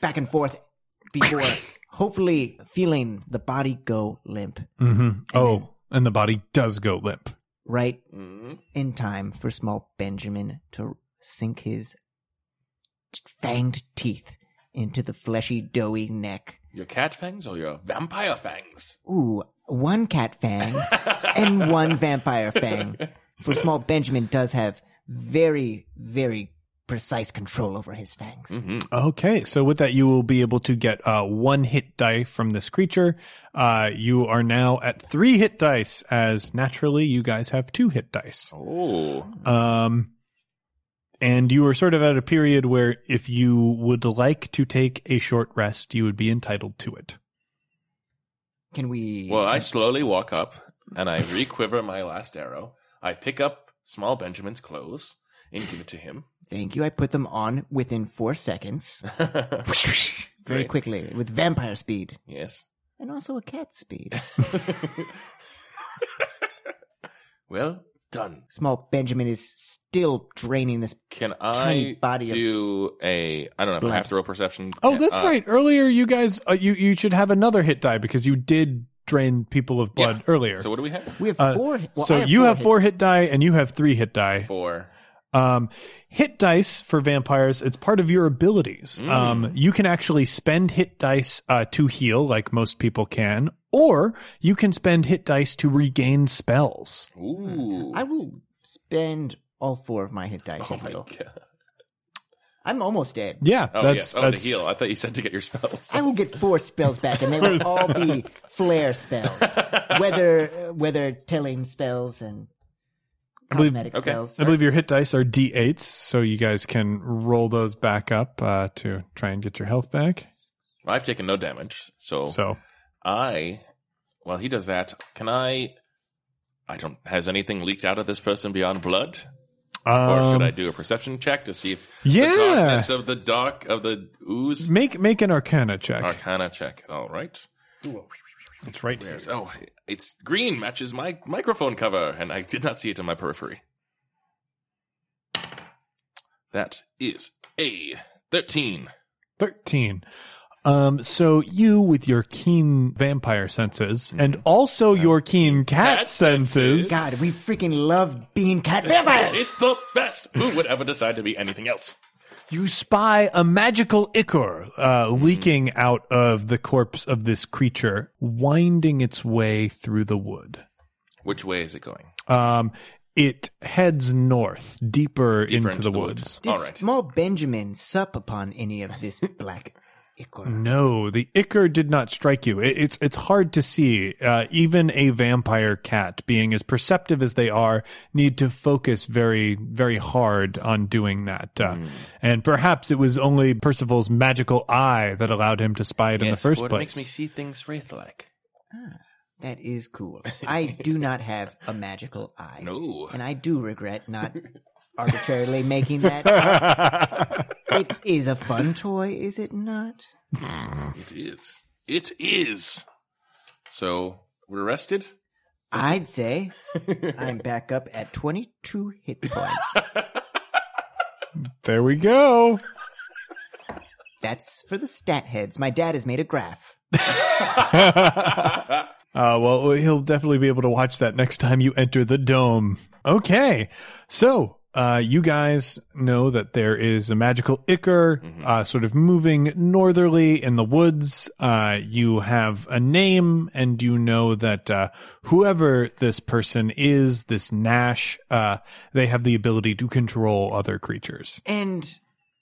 back and forth before hopefully feeling the body go limp
Mhm. Oh, and the body does go limp.
right in time for small Benjamin to sink his fanged teeth into the fleshy, doughy neck.
your cat fangs or your vampire fangs?
Ooh, one cat fang and one vampire fang. For small Benjamin does have very, very precise control over his fangs.
Okay, so with that, you will be able to get uh, one hit die from this creature. Uh, you are now at three hit dice, as naturally you guys have two hit dice.
Oh,
Um, and you are sort of at a period where if you would like to take a short rest, you would be entitled to it.
Can we?
well, I slowly walk up and I requiver my last arrow. I pick up small Benjamin's clothes and give it to him.
Thank you. I put them on within four seconds. Very quickly, with vampire speed.
Yes.
And also a cat speed.
Well done.
small Benjamin is still draining this.
Can
Tiny
I
body of-
do a? I don't know. If I have to roll perception.
Oh,
Can-
that's
uh,
right. Earlier, you guys, uh, you you should have another hit die because you did drain people of blood
Yeah.
earlier.
So what do we have?
We have
Uh,
four. well,
so
I have
you
four
have
hit-
four hit die and you have three hit die.
Four.
Um, hit dice for vampires, it's part of your abilities.
Mm.
Um, you can actually spend hit dice uh, to heal, like most people can, or you can spend hit dice to regain spells.
Ooh.
I will spend all four of my hit die to
oh my
heal.
god.
I'm almost dead.
Yeah,
Oh
that's
yes. Oh,
that's
to heal. I thought you said to get your spells.
I will get four spells back, and they will all be flare spells, weather weather telling spells and
believe-
cosmetic
okay.
spells.
I believe your hit dice are d8s, so you guys can roll those back up uh, to try and get your health back.
I've taken no damage, so,
So
I. While he does that, can I? I don't. Has anything leaked out of this person beyond blood, or should
um,
I do a perception check to see if
Yeah.
the darkness of the dark of the ooze?
make make an Arcana check.
Arcana check. All right.
It's right here.
There's- Oh, it's green matches my microphone cover, and I did not see it in my periphery. That is a thirteen.
13. Um, so you, with your keen vampire senses, and also your keen Mm-hmm. cat,
Cat
senses,
God, we freaking love being cat vampires.
It's the best. Who would ever decide to be anything else?
you spy a magical ichor uh, leaking out of the corpse of this creature, winding its way through the wood.
Which way is it going?
Um, it heads north, deeper, into,
into
the,
the wood.
woods.
Did
all right.
small Benjamin sup upon any of this black ichor?
No, the ichor did not strike you. It, it's it's hard to see. Uh, even a vampire cat, being as perceptive as they are, need to focus very very hard on doing that. Uh,
Hmm.
And perhaps it was only Percival's magical eye that allowed him to spy it in the first
what
place.
makes me see things wraith-like?
That is cool. I do not have a magical eye.
No.
And I do regret not arbitrarily making that. it is a fun toy, is it not?
It is. It is. So we're arrested.
I'd say I'm back up at 22 hit points.
There we go.
That's for the stat heads. My dad has made a graph.
Uh, well, he'll definitely be able to watch that next time you enter the dome. Okay. So, uh, you guys know that there is a magical Icar, uh, sort of moving northerly in the woods. Uh, you have a name and you know that, uh, whoever this person is, this Nash, uh, they have the ability to control other creatures.
And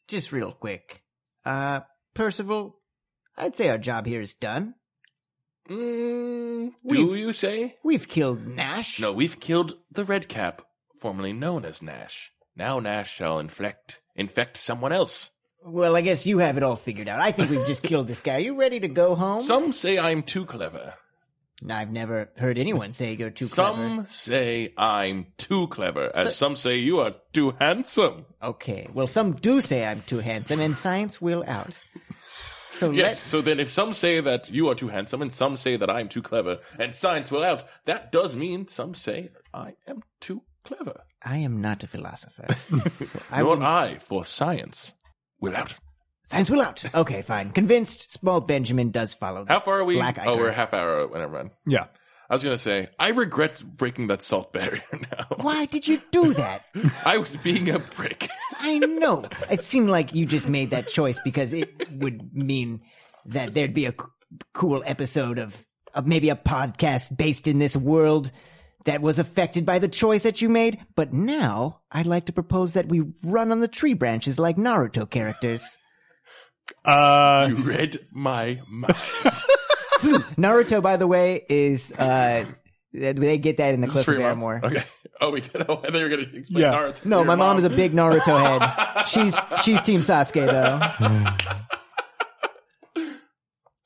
just real quick, uh, Percival, I'd say our job here is done.
Mm, do you say?
We've killed Nash.
No, we've killed the Red Cap, formerly known as Nash. Now Nash shall infect infect someone else.
Well, I guess you have it all figured out. I think we've just killed this guy. Are you ready to go home?
Some say I'm too clever.
No, I've never heard anyone say you're too
Some
clever.
say I'm too clever, as some say you are too handsome.
Okay. Well, some do say I'm too handsome, and science will out. So
Yes, so then if some say that you are too handsome and some say that I'm too clever and science will out, that does mean some say I am too clever.
let I am not a philosopher. so I
Nor
will-
I for science will out.
Science will out. Okay, fine. Convinced. Small Benjamin does follow.
How far are we?
Black
oh, we're
Icar.
half hour. Never mind.
Yeah.
I was gonna say I regret breaking that salt barrier now.
Why did you do that?
I was being a prick.
I know. It seemed like you just made that choice because it would mean that there'd be a c- cool episode of, of maybe a podcast based in this world that was affected by the choice that you made. But now I'd like to propose that we run on the tree branches like Naruto characters.
Uh,
You read my mind.
Naruto, by the way, is uh, they get that in the Cliff of Barrymore.
Okay. Oh, we got. Oh, I thought you were gonna explain
Yeah.
Naruto.
No,
Your
my mom. is a big Naruto head. She's she's Team Sasuke though.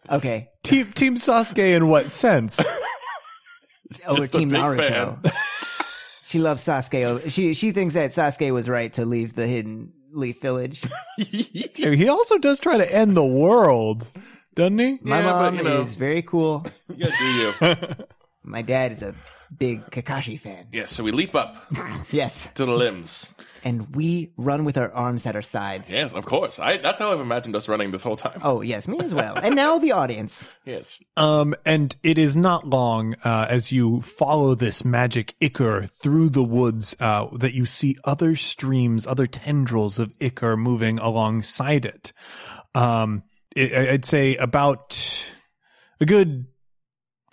okay.
team, team Sasuke in what sense?
Oh, we're
Just a
Team
big
Naruto. she loves Sasuke. over- She she thinks that Sasuke was right to leave the hidden leaf village.
he also does try to end the world, doesn't he?
My
Yeah, but,
mom
you know.
is very cool.
You gotta do you.
My dad is a big Kakashi fan.
yeah. So we leap up
Yes,
to the limbs.
and we run with our arms at our sides.
Yes, of course. I. That's how I've imagined us running this whole time.
Oh yes, me as well. And now the audience.
Yes.
Um, and it is not long uh, as you follow this magic Icar through the woods uh, that you see other streams, other tendrils of Icar moving alongside it. Um, i I- I'd say about a good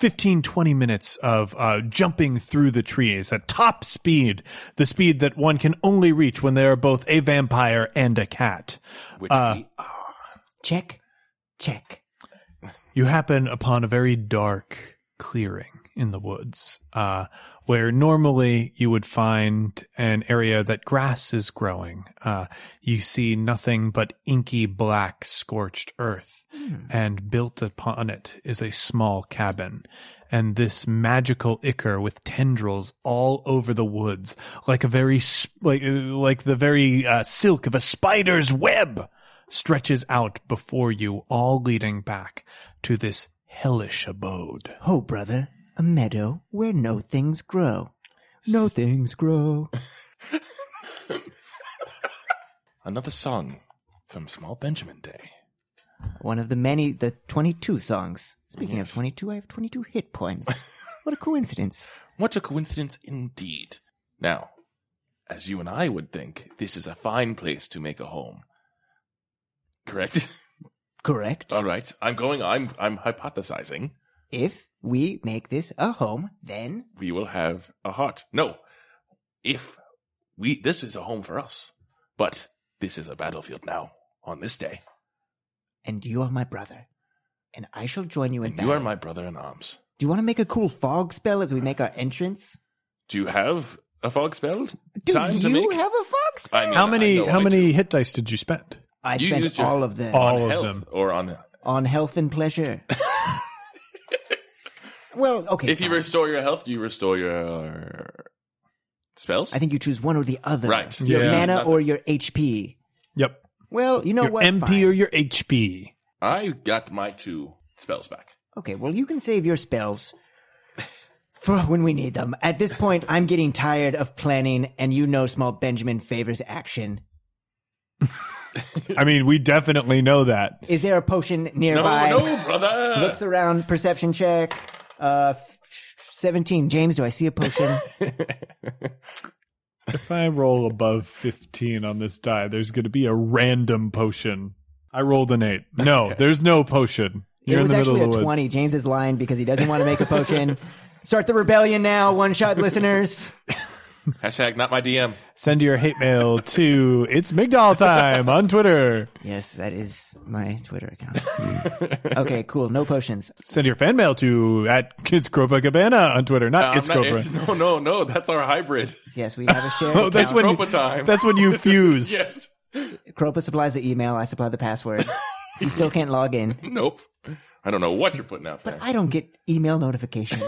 15, 20 minutes of uh, jumping through the trees at top speed, the speed that one can only reach when they are both a vampire and a cat.
Which
Uh.
we
Check, check.
You happen upon a very dark clearing in the woods, uh, where normally you would find an area that grass is growing. Uh, you see nothing but inky black scorched earth, and built upon it is a small cabin. And this magical ichor with tendrils all over the woods, like a very, s- like, uh, like the very uh, silk of a spider's web stretches out before you, all leading back to this hellish abode.
Oh, brother, a meadow where no things grow. No things grow.
another song from Small Benjamin Day.
One of the many, the 22 songs. Speaking of 22, I have 22 hit points. what a coincidence.
What a coincidence indeed. Now, as you and I would think, this is a fine place to make a home. Correct?
Correct.
All right. I'm going I'm I'm hypothesizing
if we make this a home, then
we will have a heart. No. If we this is a home for us. But this is a battlefield now on this day.
and you are my brother, and I shall join you in
And
battle.
you are my brother in arms.
Do you want to make a cool fog spell as we make our entrance?
Do you have a fog spell?
Do
Time
you
to make?
have a fog spell? Um,
I mean,
How
I
many
know
how
I
many
do.
hit dice did you spend?
I
You
spent
used your-
all of them
All of
Health
them.
or on
on health and pleasure. well, okay.
If you
fine.
restore your health, you restore your uh, spells?
I think you choose one or the other.
Right.
Your
Yeah.
mana
Nothing.
or your HP.
Yep.
Well, you know
Your
what?
MP
Fine.
or your HP.
I got my two spells back.
Okay, well, you can save your spells for when we need them. At this point, I'm getting tired of planning, and you know, small Benjamin favors action.
I mean, we definitely know that.
Is there a potion
No,
nearby?
no, brother.
Looks around, perception check. Uh, f- 17. James, do I see a potion?
If I roll above 15 on this die, there's going to be a random potion. I rolled an 8. No, there's no potion. You're
it
in
was
the middle
actually
of
a
the woods.
20. James is lying because he doesn't want to make a potion. Start the rebellion now, one shot listeners.
Hashtag not my DM.
Send your hate mail to It's McDowell Time on Twitter.
Yes, that is my Twitter account. okay, cool. No potions.
Send your fan mail to at Kids Gropa Cabana on Twitter,
Uh,
not
I'm
It's
not-
Gropa.
it's- no, no, no. That's our hybrid.
Yes, we have a share.
Oh, that's when
Gropa time.
that's when you fuse.
Yes.
Kropa supplies the email. I supply the password. You still can't log in.
Nope. I don't know what you're putting out there.
I don't get email notifications.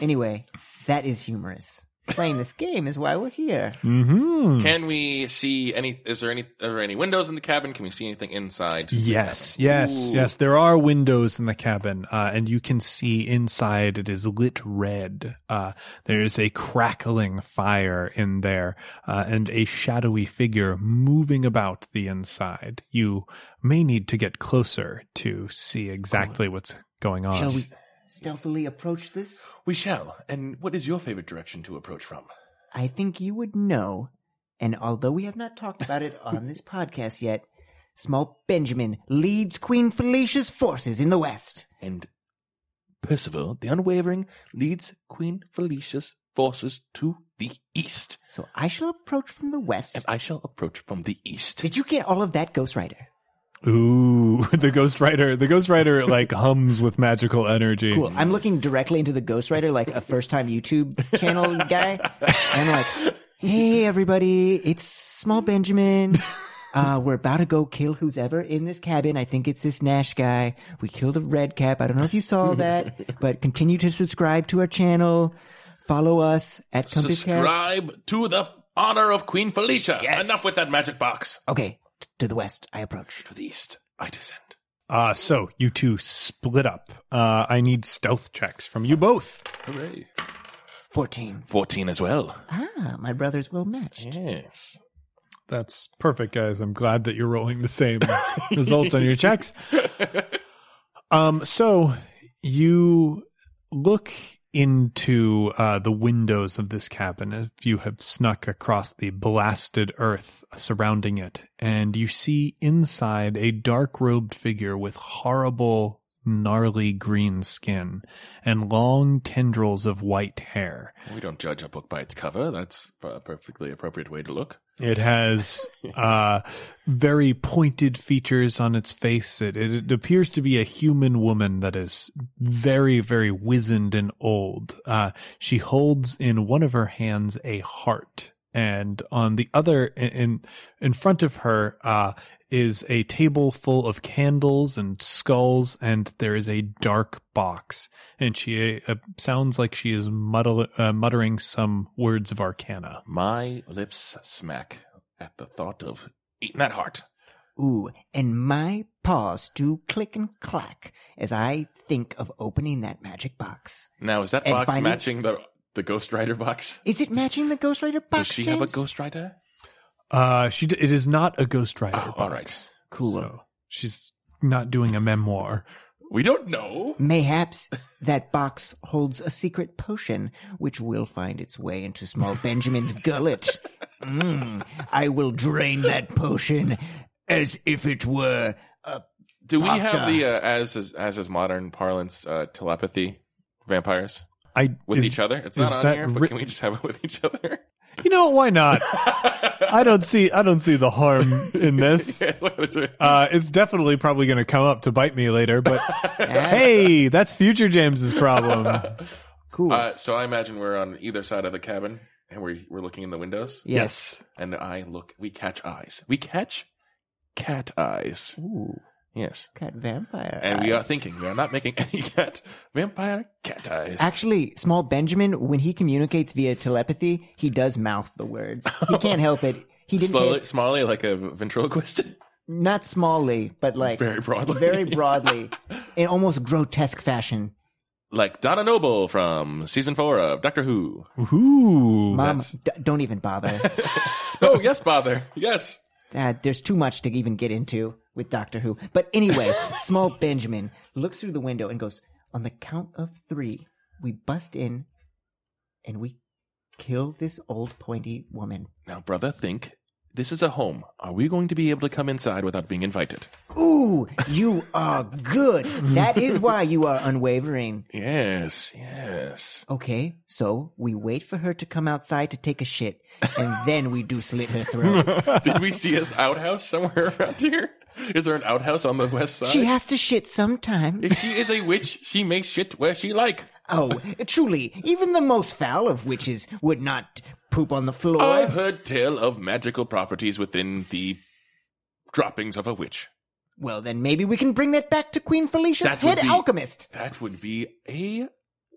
anyway, that is humorous. Playing this game is why we're here.
Can we see any? Is there any? Are there any windows in the cabin? Can we see anything inside?
Yes, yes,
Ooh.
yes. There are windows in the cabin, uh, and you can see inside. It is lit red. Uh, there is a crackling fire in there, uh, and a shadowy figure moving about the inside. You may need to get closer to see exactly what's going on.
Shall we stealthily approach this?
We shall. And what is your favorite direction to approach from?
I think you would know. And although we have not talked about it on this podcast yet, small Benjamin leads Queen Felicia's forces in the west.
And Percival, the unwavering, leads Queen Felicia's forces to the east,
So I shall approach from the west.
and I shall approach from the east.
Did you get all of that, Ghost Rider?
Ooh, the Ghost Rider. The Ghost Rider like hums with magical energy.
Cool. I'm looking directly into the Ghost Rider, like a first time YouTube channel guy. And I'm like, hey, everybody, it's Small Benjamin. Uh, we're about to go kill who's ever in this cabin. I think it's this Nash guy. We killed a red cap. I don't know if you saw that, but continue to subscribe to our channel. Follow us at Compass Cats.
Subscribe to the honor of Queen Felicia.
Yes.
Enough with that magic box.
Okay, t- to the west, I approach.
To the east, I descend.
Uh, so you two split up. Uh, I need stealth checks from you both.
Hooray!
14.
Fourteen as well.
Ah, my brother's well matched.
Yes.
That's perfect, guys. I'm glad that you're rolling the same results on your checks. Um, so you look into uh, the windows of this cabin if you have snuck across the blasted earth surrounding it, and you see inside a dark robed figure with horrible, gnarly green skin and long tendrils of white hair.
We don't judge a book by its cover. That's a perfectly appropriate way to look.
It has uh, very pointed features on its face. It, it, it appears to be a human woman that is very, very wizened and old. Uh, she holds in one of her hands a heart, and on the other, in in front of her, uh, is a table full of candles and skulls, and there is a dark box. And she uh, sounds like she is muddle, uh, muttering some words of arcana.
My lips smack at the thought of eating that heart.
Ooh, and my paws do click and clack as I think of opening that magic box.
Now, is that
And
box
finding-
matching the the Ghost Rider box?
Is it matching the Ghost Rider box?
Does she
James?
have a Ghost Rider?
Uh, she d- it is not a Ghost Rider.
Oh,
box.
all right.
Cool.
So she's not doing a memoir.
We don't know.
Mayhaps that box holds a secret potion which will find its way into small Benjamin's gullet. Mm, I will drain that potion as if it were a.
Do we have
Pasta.
the uh, as is, as is modern parlance uh, telepathy vampires
I
with
is-
each other? It's
is
not on
that
here, but
ri-
can we just have it with each other?
You know why not? I don't see I don't see the harm in this. Uh, it's definitely probably going to come up to bite me later, but
Uh,
hey, that's future James's problem.
Cool.
uh, so I imagine we're on either side of the cabin, and we're we're looking in the windows.
yes.
and I look. We catch eyes. We catch cat eyes.
Ooh,
Yes.
cat vampire.
And we are
eyes.
thinking we are not making any cat vampire cat eyes.
Actually, small Benjamin, when he communicates via telepathy, he does mouth the words. He can't help it. He didn't
Slowly,
pay-
smiley, like a ventriloquist.
not smallly, but like
Very broadly.
very broadly, in almost grotesque fashion.
like Donna Noble from season four of Doctor Who.
Ooh.
Mom, d- don't even bother.
oh, yes, father. Yes.
uh, there's too much to even get into with Doctor Who. But anyway, small Benjamin looks through the window and goes, On the count of three, we bust in and we kill this old pointy woman.
Now, brother, think. This is a home. Are we going to be able to come inside without being invited?
Ooh, you are good. That is why you are unwavering.
Yes, yes.
Okay, so we wait for her to come outside to take a shit, and then we do slit her throat.
Did we see his outhouse somewhere around here? Is there an outhouse on the west side?
She has to shit sometime.
if she is a witch, she may shit where she like.
Oh, truly, even the most foul of witches would not poop on the floor.
I've heard tale of magical properties within the droppings of a witch.
Well, then maybe we can bring that back to Queen Felicia's
That would
head
be-
alchemist.
That would be a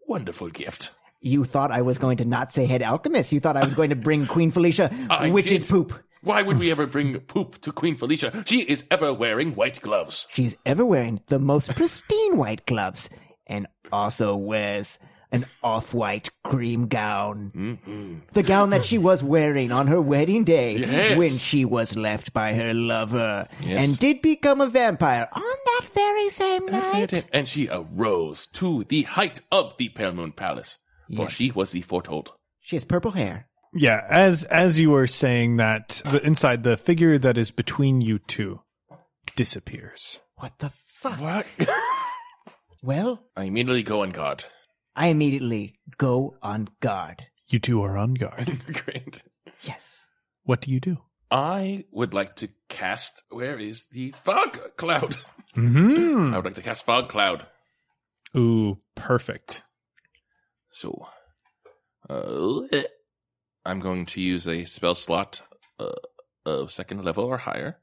wonderful gift.
You thought I was going to not say head alchemist. You thought I was going to bring Queen Felicia
I
witch's
did.
poop.
Why would we ever bring poop to Queen Felicia? She is ever wearing white gloves.
She's ever wearing the most pristine white gloves and also wears an off white cream gown.
Mm-hmm.
The gown that she was wearing on her wedding day
Yes.
when she was left by her lover
Yes.
and did become a vampire on that very same night.
And she arose to the height of the Pale Moon Palace, for she was the foretold.
She has purple hair.
Yeah, as as you were saying that, the, inside the figure that is between you two disappears.
What the fuck?
What?
Well,
I immediately go on guard.
I immediately go on guard.
You two are on guard.
Great.
Yes.
What do you do?
I would like to cast. Where is the fog cloud?
Hmm.
I would like to cast fog cloud.
Ooh, perfect.
So, uh, eh, I'm going to use a spell slot uh, of second level or higher,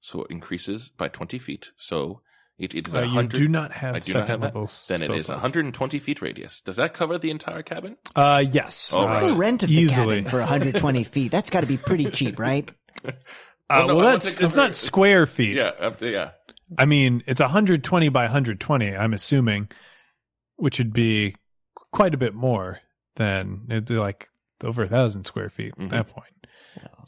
so it increases by 20 feet. So it, it is
Uh,
a
you
hundred.
do not have
I do
second
not have that.
level
Then it
spell
is
slots.
120 feet radius. Does that cover the entire cabin?
Uh, yes.
All
Uh,
right.
The rent of the
Easily.
Oh,
cabin for 120 feet. That's got to be pretty cheap, right?
Uh,
Oh, no, I
well,
want
that's
to
it's not
cover-
square feet.
Yeah, up to- yeah.
I mean, it's 120 by 120. I'm assuming, which would be quite a bit more than it'd be like over a thousand square feet at that point.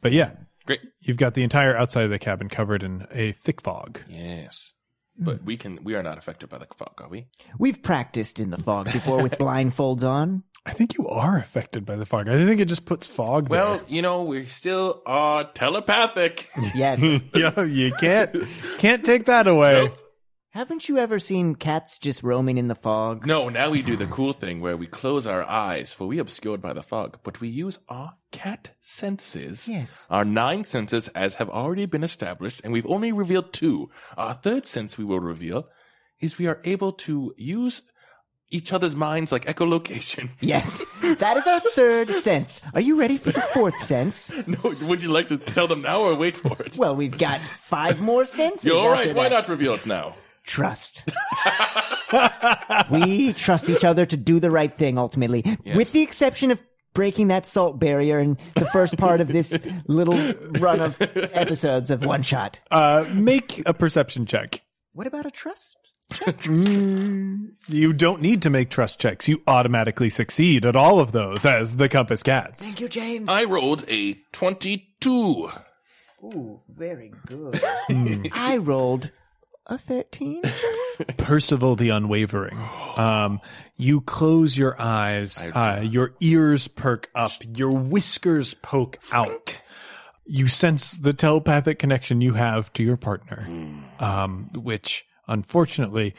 But yeah,
Mm-hmm. Great.
you've got the entire outside of the cabin covered in a thick fog.
Yes. But we can. We are not affected by the fog, are we?
We've practiced in the fog before with blindfolds on.
I think you are affected by the fog. I think it just puts fog
Well, you know, we still are telepathic.
Yes.
there. yeah, you can't can't take that away.
Haven't you ever seen cats just roaming in the fog?
No, now we do the cool thing where we close our eyes, for we obscured by the fog, but we use our cat senses.
Yes.
Our nine senses, as have already been established, and we've only revealed two. Our third sense we will reveal is we are able to use each other's minds like echolocation.
Yes. That is our third sense. Are you ready for the fourth sense?
no, would you like to tell them now or wait for it?
Well, we've got five more senses.
You're all
after
right. Why
that.
not reveal it now?
Trust. we trust each other to do the right thing ultimately, with the exception of breaking that salt barrier in the first part of this little run of episodes of One Shot.
Uh, make a perception check.
What about a trust?
You don't need to make trust checks. You automatically succeed at all of those as the Compass Cats.
Thank you, James.
I rolled a 22.
Ooh, very good.
Hmm.
I rolled a 13.
Percival the Unwavering. Um, you close your eyes, uh, your ears perk up, your whiskers poke out. You sense the telepathic connection you have to your partner,
Hmm.
um, which unfortunately,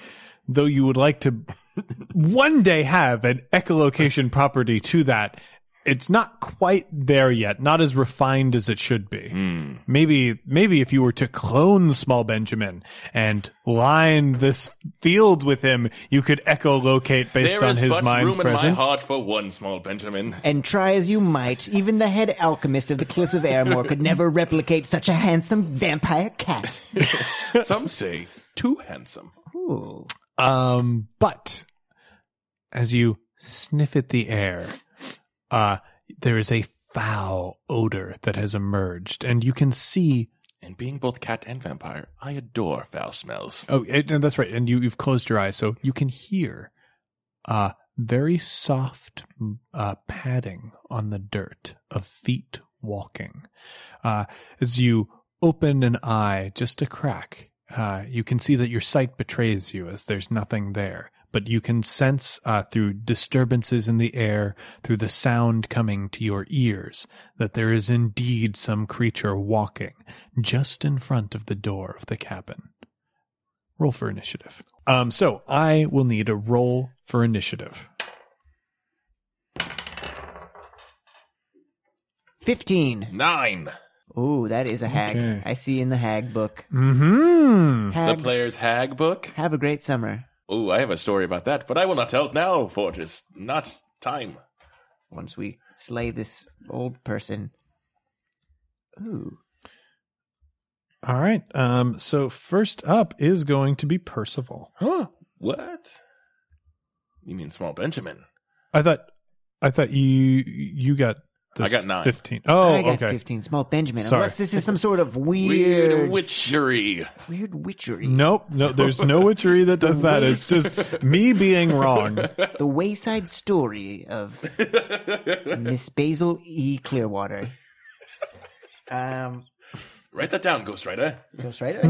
though you would like to one day have an echolocation property to that, it's not quite there yet, not as refined as it should be.
Hmm.
Maybe, maybe if you were to clone Small Benjamin and line this field with him, you could echolocate based
There
on
is
his
but
mind's
room
presence.
in my heart for one small Benjamin.
And try as you might, even the head alchemist of the Cliffs of Airmore could never replicate such a handsome vampire cat.
Some say too handsome.
Ooh.
Um, but as you sniff at the air, uh, there is a foul odor that has emerged, and you can see
And being both cat and vampire, I adore foul smells.
Oh, it, and that's right. And you, you've closed your eyes, so you can hear uh, very soft uh, padding on the dirt of feet walking. Uh, as you open an eye just a crack, uh, you can see that your sight betrays you as there's nothing there. But you can sense uh, through disturbances in the air, through the sound coming to your ears, that there is indeed some creature walking just in front of the door of the cabin. Roll for initiative. Um, so I will need a roll for initiative.
15.
Nine.
Ooh, that is a hag.
Okay.
I see in the hag book.
Hmm.
The
Hags,
player's hag book.
have a great summer.
Ooh, I have a story about that, but I will not tell it now, for it is not time.
Once we slay this old person. Ooh.
All right. Um, so first up is going to be Percival.
Huh? What? You mean small Benjamin?
I thought, I thought you you got. This
I got nine.
Fifteen. Oh,
I got
okay.
15. Small Benjamin.
Sorry.
Unless this is some sort of weird,
witchery.
weird witchery.
Nope. No, there's no witchery that does that. It's just me being wrong.
The wayside story of Miss Basil E. Clearwater.
Um,
Write that down, Ghostwriter.
Ghost Rider?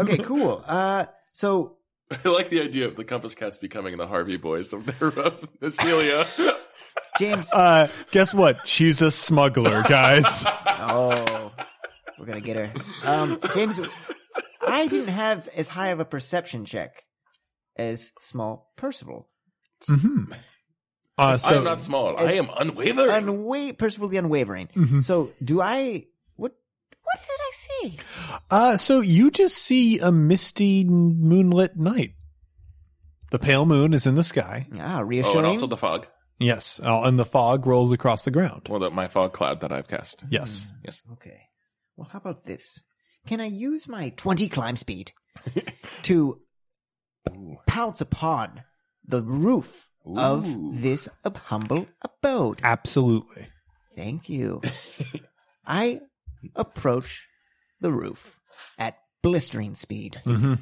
okay, cool. Uh, so
I like the idea of the Compass Cats becoming the Harvey Boys of their of Celia.
James.
Oh.
Uh, guess what? She's a smuggler, guys. Uh,
Oh, we're gonna get her.
Um, James, I didn't have as high of a perception check as small Percival.
Uh,
I'm
so
not small. I am unwavering.
Unwa- Percival the Unwavering.
Mm-hmm.
So do I? What? What did I see?
Uh, so you just see a misty moonlit night. The pale moon is in the sky.
Ah,
oh,
reassuring.
and also the fog.
Yes, uh, and the fog rolls across the ground.
Well, the, my fog cloud that I've cast.
Yes.
Yes.
okay. Well, how about this? Can I use my twenty climb speed to pounce upon the roof of this ab- humble abode?
Absolutely.
Thank you. I approach the roof at blistering speed,
Mm-hmm.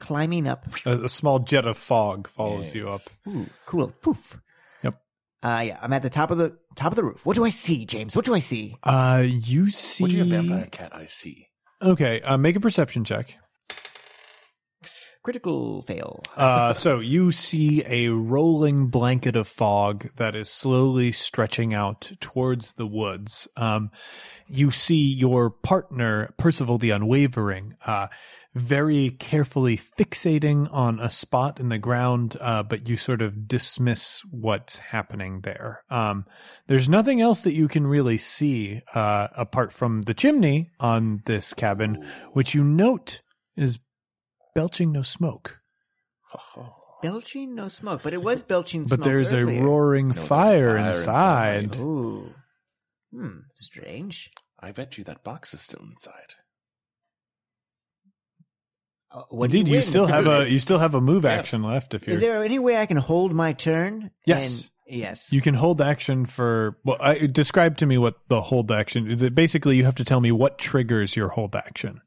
climbing up.
A, a small jet of fog follows you up.
Ooh, cool. Poof.
Yep.
Uh, yeah, I'm at the top of the top of the roof. What do I see, James? What do I see?
Uh, you see.
What do you have, vampire cat? I see.
Okay, uh, make a perception check.
Critical fail.
Uh, so you see a rolling blanket of fog that is slowly stretching out towards the woods. Um, you see your partner, Percival the Unwavering, uh, very carefully fixating on a spot in the ground, uh, but you sort of dismiss what's happening there. Um, there's nothing else that you can really see uh, apart from the chimney on this cabin, which you note is belching no smoke.
Belching no smoke, but it was belching smoke.
But there's
earlier.
a roaring
there's a
fire,
fire
inside.
Ooh. Hmm. Strange.
I bet you that box is still inside.
Uh, what do
Indeed, you,
win?
still have a you still have a move action left if you're.
Is there any way I can hold my turn?
Yes.
And- yes.
you can hold action for well. I, describe to me what the hold action. that Basically, you have to tell me what triggers your hold action.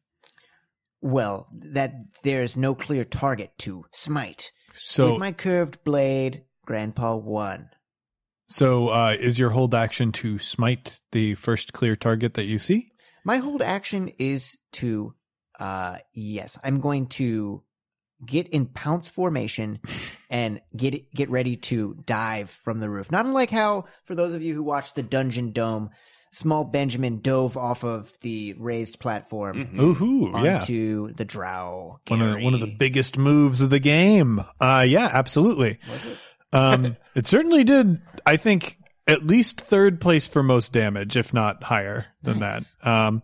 well, that there's no clear target to smite
So,
with my curved blade. Grandpa one.
so uh, is your hold action to smite the first clear target that you see?
My hold action is to, uh, yes, I'm going to get in pounce formation and get get ready to dive from the roof. Not unlike how, for those of you who watched the Dungeon Dome, Small Benjamin dove off of the raised platform
Ooh,
Mm-hmm.
yeah.
onto the Drow.
One of, the, one of the
Gary.
biggest moves of the game. Uh, yeah, absolutely. Um, it certainly did. I think at least third place for most damage, if not higher than that. Um,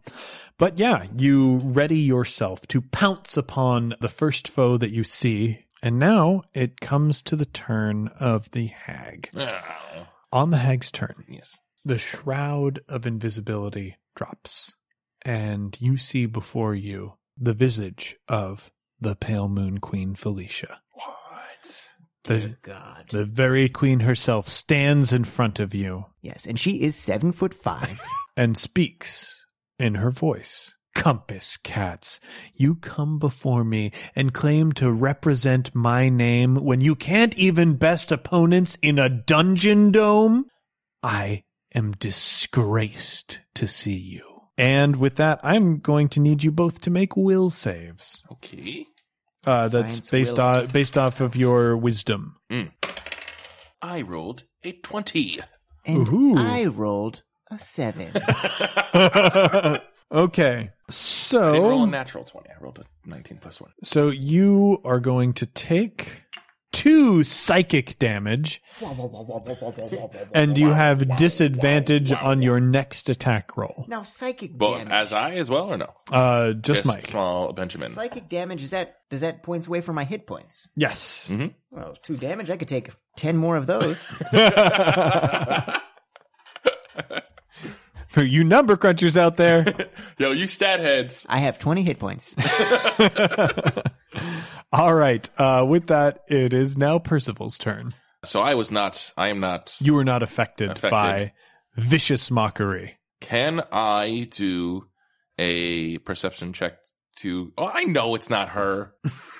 but yeah, you ready yourself to pounce upon the first foe that you see. And now it comes to the turn of the hag.
Oh,
On the hag's turn,
yes.
the shroud of invisibility drops, and you see before you the visage of the pale moon queen Felicia.
What?
The,
God.
the very queen herself stands in front of you
Yes, and she is seven foot five.
and speaks in her voice Compass cats, you come before me and claim to represent my name when you can't even best opponents in a dungeon dome? I am disgraced to see you. And with that, I'm going to need you both to make will saves.
Okay.
Uh, that's
Science
based
will.
off based off of your wisdom.
I rolled a 20.
And
Ooh.
I rolled a seven.
okay,
I didn't roll
so
a natural 20. I rolled a 19 plus 1.
so you are going to take two psychic damage, and you have disadvantage on your next attack roll.
now psychic
But
damage.
as I as well, or no?
Uh, just Mike.
Small Benjamin.
psychic damage is that does that points away from my hit points?
Yes.
Well, two damage. I could take ten more of those.
For Mm-hmm. you number crunchers out there.
Yo, you stat heads.
I have twenty hit points.
All right. Uh, with that, it is now Percival's turn.
So I was not, I am not.
You are not affected,
Affected.
by vicious mockery.
Can I do a perception check to. Oh, I know it's not her.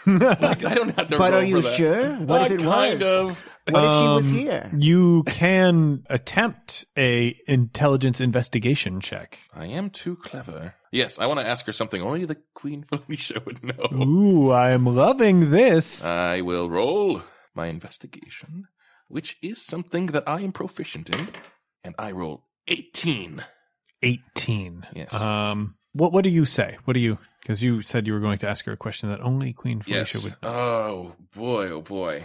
Like, I don't have to
But
roll
are you
for that.
sure? What
Uh,
if it
kind
was?
of.
What if she was
Um,
here?
You can attempt a intelligence investigation check.
I am too clever. Yes, I want to ask her something only the Queen Felicia would know.
Ooh, I'm loving this.
I will roll my investigation, which is something that I am proficient in, and I roll 18.
18.
Yes.
Uh,
Um what what do you say? What do you because you said you were going to ask her a question that only Queen Felicia
Yes.
would
Oh, boy, oh, boy.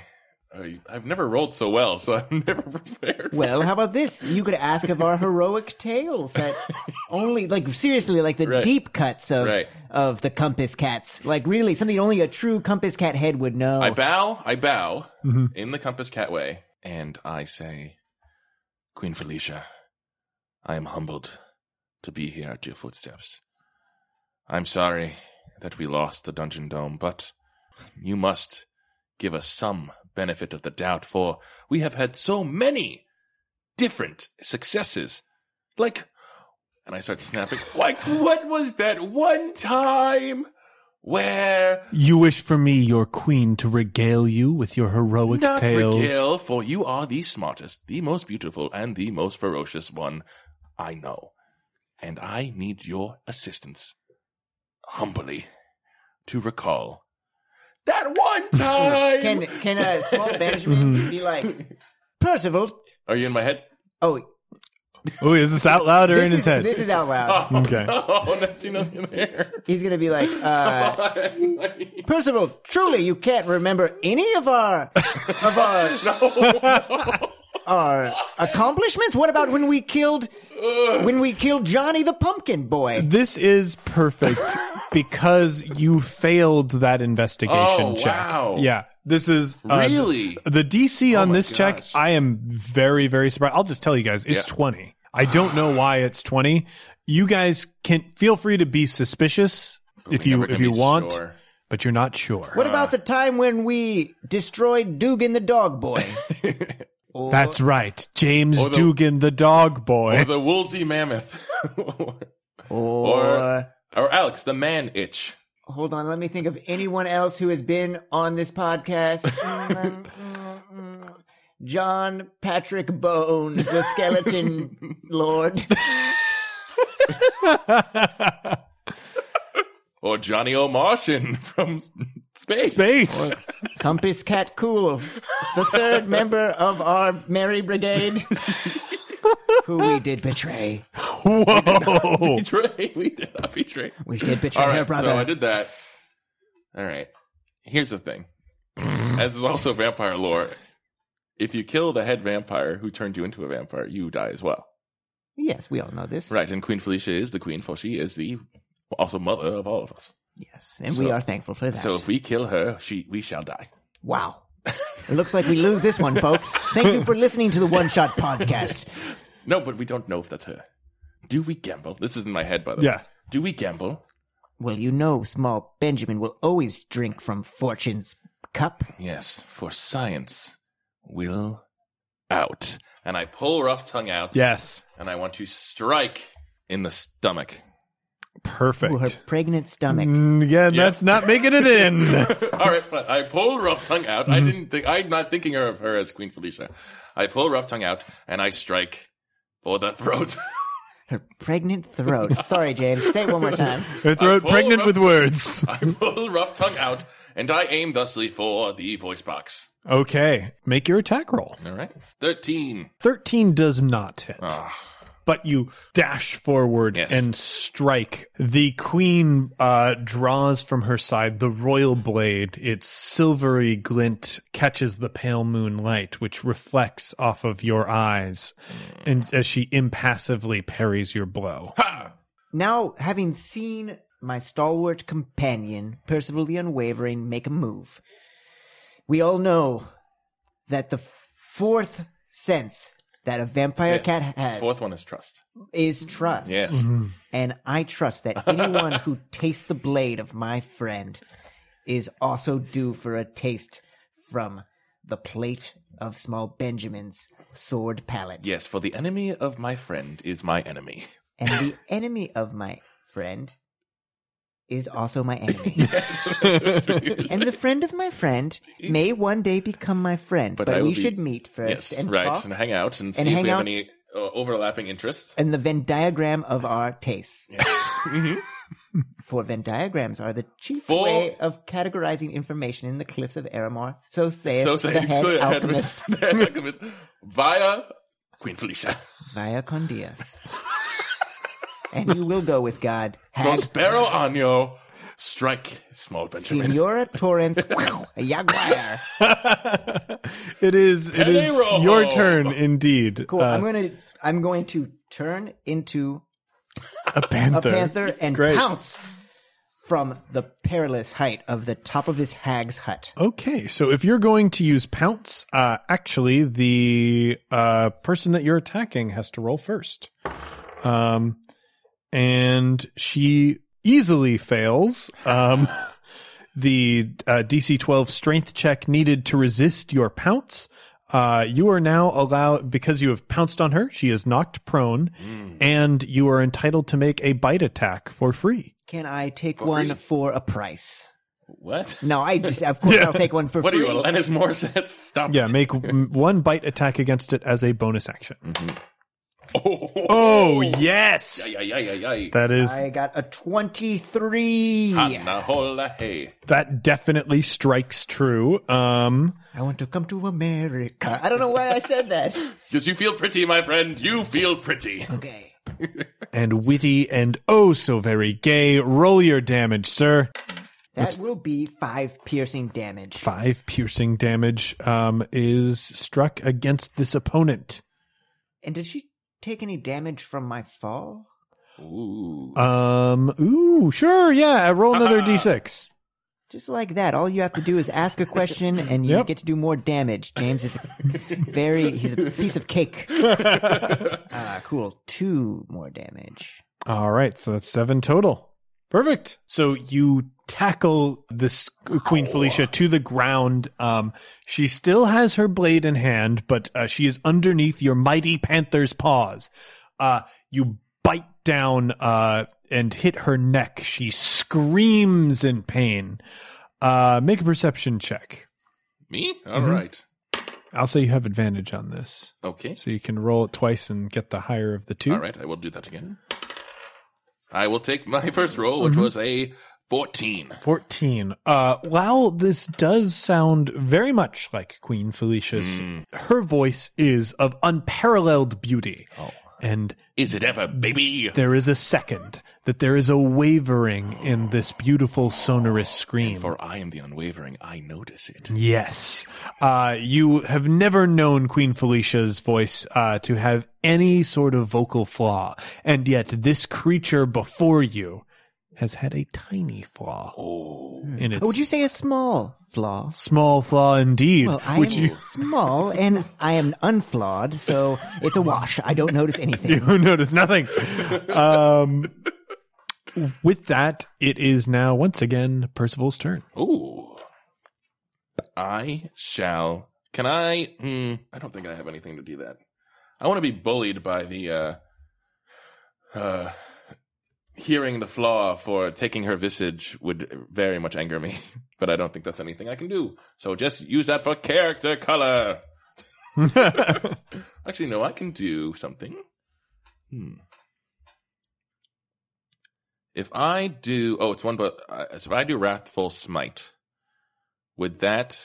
I, I've never rolled so well, so I'm never prepared.
Well, how about this? You could ask of our heroic tales that only, like, seriously, like the
Right.
deep cuts of
Right.
of the compass cats. Like, really, something only a true compass cat head would know.
I bow, I bow in the Compass Cat way, and I say, Queen Felicia, I am humbled to be here at your footsteps. I'm sorry that we lost the dungeon dome, but you must give us some benefit of the doubt, for we have had so many different successes. Like, and I start snapping, like, what was that one time where
You wish for me, your queen, to regale you with your heroic
Not
tales.
regale, for you are the smartest, the most beautiful, and the most ferocious one I know. And I need your assistance, humbly, to recall that one time.
Can can a small
Mm-hmm.
banishment be like Percival?
are you in my head?
Oh,
Oh, is this out loud or
this
in his
is,
head?
This is out loud.
Okay.
Oh, that's you know you're there.
He's gonna be like, uh,
no,
Percival. Truly, you can't remember any of our of our our accomplishments. What about when we killed when we killed Johnny the Pumpkin Boy?
This is perfect because you failed that investigation
Oh,
check.
wow.
Yeah. This is uh,
Really? Oh
the, the DC on
my
this check.
gosh.
I am very very surprised. I'll just tell you guys, it's
Yeah.
20. I don't know why it's 20. You guys can feel free to be suspicious if
we
you
never can
if you
be
want,
sure.
but you're not sure.
What about the time when we destroyed Dugan the Dog Boy?
That's right. James
the-
Dugan the dog boy.
or the Woolsey Mammoth, or,
Or
or Alex the Man Itch.
hold on, let me think of anyone else who has been on this podcast. Mm, mm, mm. John Patrick Bone, the skeleton lord.
Or Johnny O'Martian from space.
Space.
Compass Cat Cool, the third member of our Merry Brigade, who we did betray.
Whoa.
Betray. We did not betray.
We did betray
All
her
right,
brother.
so I did that. All right. Here's the thing. As is also vampire lore, if you kill the head vampire who turned you into a vampire, you die as well.
Yes, we all know this.
Right, and Queen Felicia is the queen, for she is the also mother of all of us.
Yes, and we
So-
are thankful for that.
So if we kill her, she we shall die.
wow. It looks like we lose this one, folks. Thank you for listening to the One Shot Podcast.
No, but we don't know if that's her. Do we gamble? This is in my head, by the way.
Yeah.
Do we gamble?
Well, you know, small Benjamin will always drink from fortune's cup.
Yes, for science will out. And I pull rough tongue out,
yes.
and I want to strike in the stomach.
Perfect.
Ooh, her pregnant stomach.
Mm, Again, that's not making it in.
All right, fine. I pull Rough Tongue out. I didn't think I'm not thinking of her as Queen Felicia. I pull Rough Tongue out and I strike for the throat.
Her pregnant throat. Sorry, James. Say it one more time.
Her throat
pull
pregnant
up-
with words.
I pull Rough Tongue out and I aim thusly for the voice box.
Okay. Make your attack roll.
All right, thirteen.
13 does not hit. But you dash forward
Yes.
and strike. The queen uh, draws from her side the royal blade. Its silvery glint catches the pale moonlight, which reflects off of your eyes, and as she impassively parries your blow.
Now, having seen my stalwart companion, Percival the Unwavering, make a move, we all know that the fourth sense that a vampire cat has
Fourth one is trust.
is trust.
Yes.
And I trust that anyone who tastes the blade of my friend is also due for a taste from the plate of small Benjamin's sword palette.
Yes, for the enemy of my friend is my enemy.
And the enemy of my friend is also my enemy. and the friend of my friend may one day become my friend, but,
I will
we
be-
should meet first
yes,
and
right,
talk.
and hang out and,
And
see if we
hang
have
out.
any uh, overlapping interests.
And the Venn diagram of our tastes. For Venn diagrams are the chief
Mm-hmm. For-
way of categorizing information in the cliffs of Aramar. So saith
So
the
saying,
head
go ahead
alchemist
with- the head alchemist via Queen Felicia.
via Condias. and you will go with God. Hag,
Prospero Año, strike small Benjamin.
Senora Torrens, a Jaguar.
It is it is
Hello.
your turn indeed. uh,
Cool. I'm gonna I'm going to turn into
a panther.
a panther and
Great.
pounce from the perilous height of the top of this hag's hut.
Okay, so if you're going to use pounce, uh, actually the uh, person that you're attacking has to roll first, um, and she easily fails. Um, the uh, DC 12 strength check needed to resist your pounce. Uh, you are now allowed because you have pounced on her. She is knocked prone, and you are entitled to make a bite attack for free.
Can I take one for a price?
What?
No, I just of course I'll take one for
What are
free.
you, Alanis Morissette? Stop.
Yeah,
it.
make m- one bite attack against it as a bonus action.
Oh,
Oh yes,
yeah, yeah, yeah, yeah, yeah.
that is
I got a twenty-three.
Anna hola, hey.
that definitely strikes true. Um,
I want to come to America. I don't know why I said that.
Because you feel pretty, my friend. You feel pretty.
Okay.
and witty and oh so very gay. Roll your damage, sir.
That will be five piercing damage.
Five piercing damage um, is struck against this opponent.
And did she take any damage from my fall?
Ooh.
Um, ooh, sure, yeah. Roll another d6.
Just like that, all you have to do is ask a question, and you
Yep.
get to do more damage. James is very—he's a piece of cake. Ah, cool. Two more damage.
All right, so that's seven total. Perfect. So you tackle this Queen Felicia to the ground. Um, she still has her blade in hand, but uh, she is underneath your mighty panther's paws. Uh, you bite down uh, and hit her neck. She screams in pain. Uh, make a perception check.
Me? All right.
I'll say you have advantage on this,
Okay.
so you can roll it twice and get the higher of the two.
All right, I will do that again. I will take my first roll, which was a 14.
14. Uh, while this does sound very much like Queen Felicia's, her voice is of unparalleled beauty. And
Is it ever, baby?
there is a second that there is a wavering in this beautiful sonorous scream.
For I am the unwavering, I notice it.
Yes. Uh, you have never known Queen Felicia's voice uh, to have any sort of vocal flaw. And yet, this creature before you has had a tiny flaw. In its
Oh, would you say a small flaw?
small flaw indeed.
Well, I
which
am
you
small and I am unflawed, so it's a wash. I don't notice anything.
you notice nothing. Um, with that, it is now once again Percival's turn.
Ooh. I shall. Can I? Mm, I don't think I have anything to do that. I want to be bullied by the uh, uh, hearing the flaw for taking her visage would very much anger me, but I don't think that's anything I can do. So just use that for character color. Actually, no, I can do something. Hmm. If I do, oh, it's one, but uh, so if I do wrathful smite, would that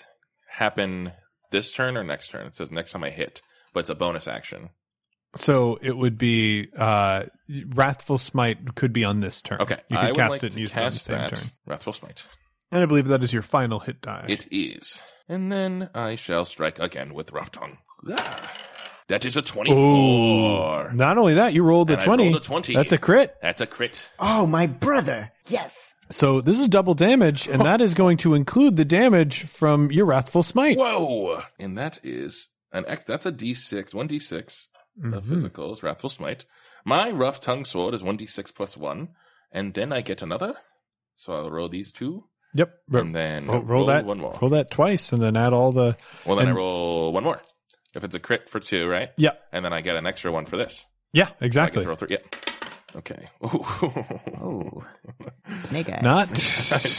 happen this turn or next turn? It says next time I hit, but it's a bonus action.
So it would be uh, Wrathful Smite could be on this turn.
Okay,
You
I
could
would
cast
like
it
to
and use
cast
it on the same
that
turn.
wrathful smite.
And I believe that is your final hit die.
It is. And then I shall strike again with rough tongue. Ah, That is a 24.
Not only that, you rolled a
And I
20.
rolled a 20.
That's a crit.
That's a crit.
Oh, my brother. Yes.
So this is double damage, and that is going to include the damage from your Wrathful Smite.
Whoa! And that is an X. That's a D6, 1D6 of
Mm-hmm.
physical is wrathful smite. My rough tongue sword is 1D6 plus 1. And then I get another. So I'll roll these two.
Yep. Ro-
And then
ro- roll, that.
one more.
Roll that twice, and then add all the.
well, then I
and-
roll one more. If it's a crit for two, right?
Yeah.
And then I get an extra one for this.
Yeah.
I can
Exactly.
throw three. Yeah. Okay. Ooh.
Oh. Snake eyes.
Not.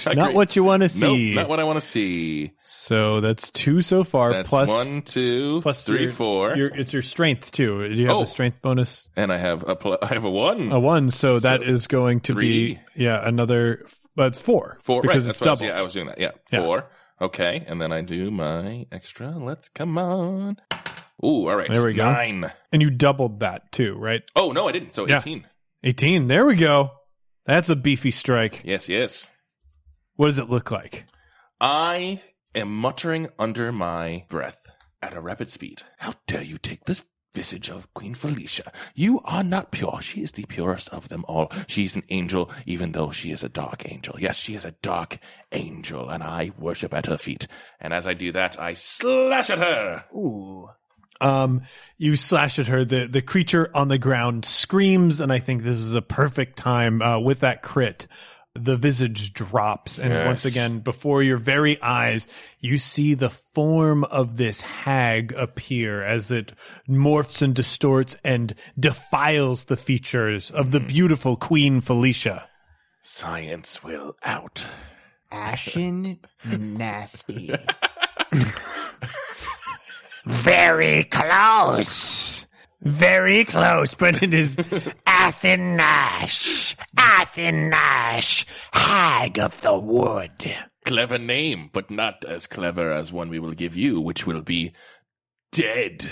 Not
not
great.
what you want to
Nope,
see.
not what I want to see.
so that's two so far.
That's
plus
one, two,
plus
three,
your-
four,
your- it's your strength too. Do you have
Oh.
a strength bonus?
and I have a pl- I have a one,
A one, so, that is going to
three.
be yeah another. But it's four,
four.
because
right,
it's
that's what I was-
double.
yeah, I was doing that. Yeah,
Yeah.
four. Okay, and then I do my extra. Let's come on. Ooh, all right.
There we go.
Nine.
and you doubled that too, right?
Oh no, I didn't. So
Yeah.
eighteen.
Eighteen. There we go. That's a beefy strike.
Yes, yes.
What does it look like?
I am muttering under my breath at a rapid speed. How dare you take this visage of Queen Felicia? You are not pure. She is the purest of them all. She's an angel, even though she is a dark angel. Yes, she is a dark angel, and I worship at her feet. And as I do that, I slash at her.
Um, you slash at her. The the creature on the ground screams, and I think this is a perfect time uh, with that crit. The visage drops, and once again, before your very eyes, you see the form of this hag appear as it morphs and distorts and defiles the features of the beautiful Queen Felicia.
Science will out.
Ashen nasty. Very close. Very close, but it is Athenash. Athenash, hag of the wood.
Clever name, but not as clever as one we will give you, which will be dead.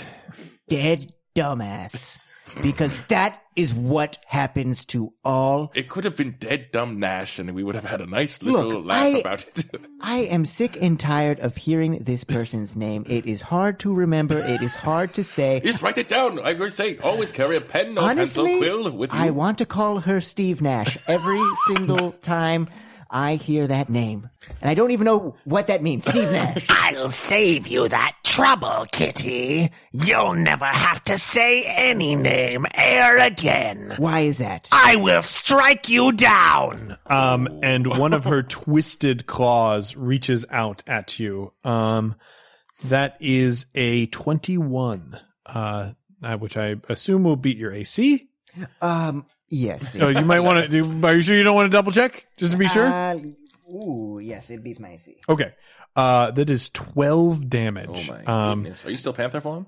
Dead dumbass. Because that is what happens to all.
It could have been dead dumb Nash, and we would have had a nice
Look,
little laugh
I-
about it.
I am sick and tired of hearing this person's name. It is hard to remember. It is hard to say.
Just write it down. I would say always carry a pen or
Honestly,
pencil quill with you.
I want to call her Steve Nash every single time I hear that name. And I don't even know what that means. Steve Nash.
I'll save you that trouble, Kitty. You'll never have to say any name e'er again.
Why is that?
I will strike you down.
Um, and one of her twisted claws reaches out at you. Um, that is a 21, uh, uh, which I assume will beat your AC.
Um, yes.
Oh,
So you might want to do, are you sure you don't want to double check just to be sure?
Uh, ooh, yes, it beats my AC.
okay. Uh, that is 12 damage.
Oh my
um,
goodness! Are you still Panther form?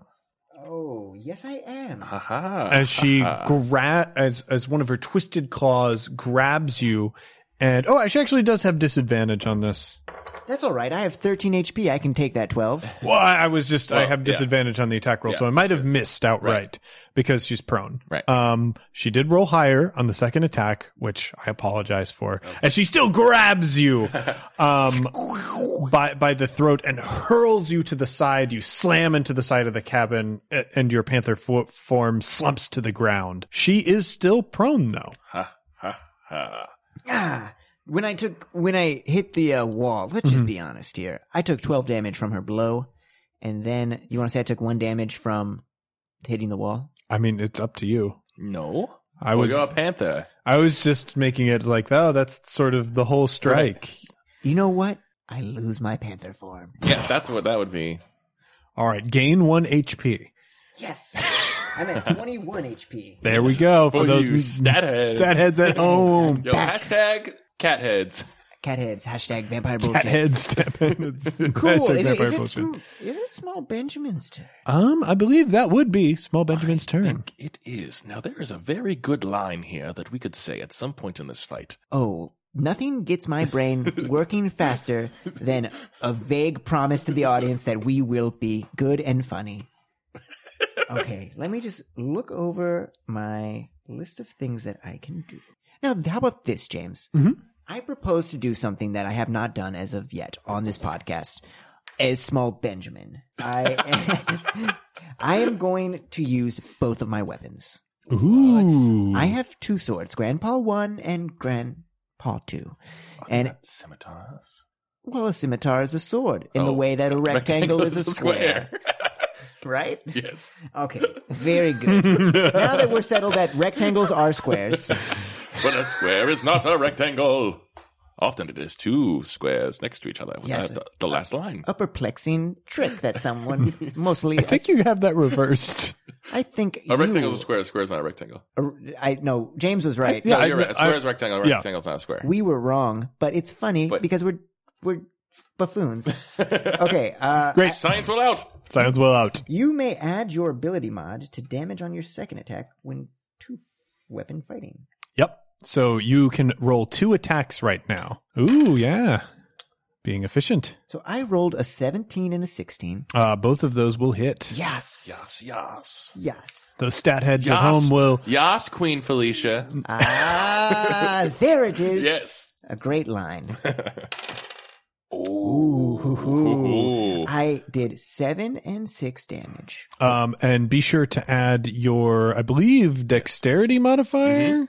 Oh, yes, I am.
Haha!
as she gra- as, as one of her twisted claws grabs you and, oh, she actually does have disadvantage on this.
That's all right. I have 13 HP. I can take that 12.
Well, I I was just I
Well,
have
yeah.
disadvantage on the attack roll, so I might have missed outright because she's prone.
Right.
Um, she did roll higher on the second attack, which I apologize for, and she still grabs you, um, by by the throat and hurls you to the side. You slam into the side of the cabin, a- and your panther fo- form slumps to the ground. She is still prone though.
Ah, when I took, when I hit the uh, wall, let's just be honest here. I took 12 damage from her blow. And then, you want to say I took one damage from hitting the wall?
I mean, it's up to you.
no,
I
Well,
was
you're a Panther.
I was just making it like oh, that's sort of the whole strike.
You know what? I lose my panther form.
Yeah, that's what that would be.
All right, gain one HP.
Yes. I'm at 21 HP.
There we go for,
For
those
you stat heads.
stat heads at home.
Yo, hashtag cat heads.
Cat heads. Hashtag vampire bullshit.
Stat heads, step in.
Cool.
Hashtag
Is it,
vampire
is, it
bullshit.
sm- is it Small Benjamin's turn?
Um, I believe that would be Small Benjamin's turn.
It is. Now, there is a very good line here that we could say at some point in this fight.
Oh, nothing gets my brain working faster than a vague promise to the audience that we will be good and funny. Okay, let me just look over my list of things that I can do. Now, how about this, James? I propose to do something that I have not done as of yet on this podcast as Small Benjamin. I, I am going to use both of my weapons.
Ooh,
I have two swords, Grandpa One and Grandpa Two. And
Scimitars.
well, a scimitar is a sword in the
Oh,
way that a rectangle, is a square, right?
yes.
Okay, very good. now that we're settled that rectangles are squares,
But a square is not a rectangle. Often it is two squares next to each other.
Yes.
Uh, the, the last
Oh,
line.
a perplexing trick that someone mostly.
I think you have that reversed.
I think
A rectangle
you-
is a square. A square is not a rectangle.
a- I no, James was right.
yeah,
No, you're
I-
right. A square
I-
is a rectangle. A
yeah.
rectangle is not a square.
we were wrong, but it's funny
But-
because we're we're buffoons. okay, uh,
Great.
Science will out.
Sounds well out.
You may add your ability mod to damage on your second attack when two weapon fighting.
Yep. So you can roll two attacks right now. Ooh, yeah. Being efficient.
So I rolled a 17 and a 16.
Uh, both of those will hit.
Yes.
Yes, yes.
Yes.
Those stat heads at home will.
Yes, Queen Felicia.
Ah, there it is.
Yes.
A great line.
Ooh.
I did seven and six damage.
Um, and be sure to add your, I believe, dexterity modifier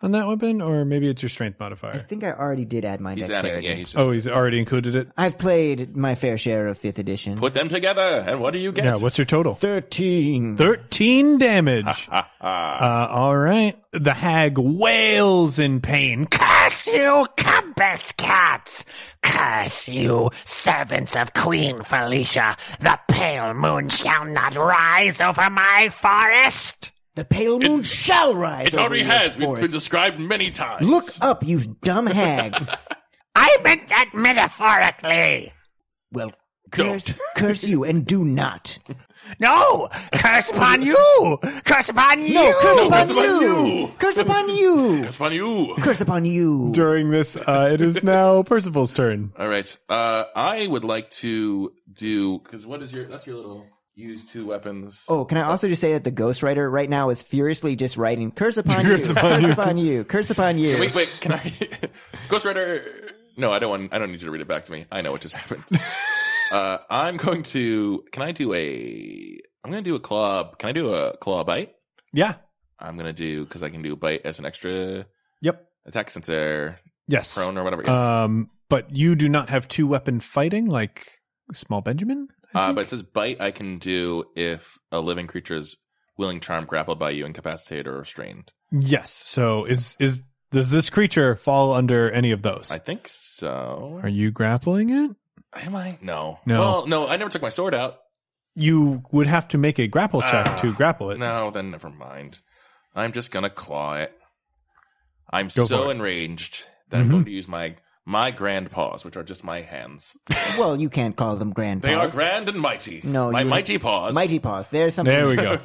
on that weapon, or maybe it's your strength
I
modifier.
think I already did add my
He's adding.
dexterity.
Yeah, he's just.
Oh, he's already included it.
I've played my fair share of fifth edition.
Put them together, and what do you get?
Yeah. What's your total?
13.
13 damage. uh, all right. The hag wails in pain.
Curse you, compass cats! Curse you, servants of Queen Felicia! The pale moon shall not rise over my forest!
the pale moon shall rise.
it already
over your
has. It's been
forest.
described many times.
Look up, you dumb hag.
I meant that metaphorically!
Well, curse, curse you and do not.
No! Curse upon you! Curse upon you!
No, curse upon,
curse upon
you.
you.
Curse upon you!
It's funny. Ooh.
curse upon you!
During this, uh, it is now Percival's turn.
All right. Uh, I would like to do because what is your? That's your little use two weapons.
Oh, can I also just say that the ghostwriter right now is furiously just writing curse upon you, curse upon you, curse upon you.
Wait, wait. Can I? Ghost Rider. No, I don't want. I don't need you to read it back to me. I know what just happened. uh, I'm going to. Can I do a? I'm going to do a claw. Can I do a claw bite?
Yeah.
I'm going to do because I can do bite as an extra
Yep.
attack since they're
Yes.
prone or whatever. Uh,
Um, but you do not have two weapon fighting like Small Benjamin. I
Uh, but
think?
it says bite. I can do if a living creature is willing charm grappled by you, incapacitated or restrained.
yes. So is is does this creature fall under any of those?
I think so.
Are you grappling it?
Am I? No.
No.
Well, no. I never took my sword out.
You would have to make a grapple check
Ah,
to grapple it.
No, then never mind. I'm just gonna claw it. I'm
Go for
so
it. Mm-hmm.
enraged that I'm going to use my my grand paws, which are just my hands.
Well, you can't call them grand
They
paws.
are grand and mighty.
No,
my
you-
mighty paws.
Mighty paws. There's something.
There we go.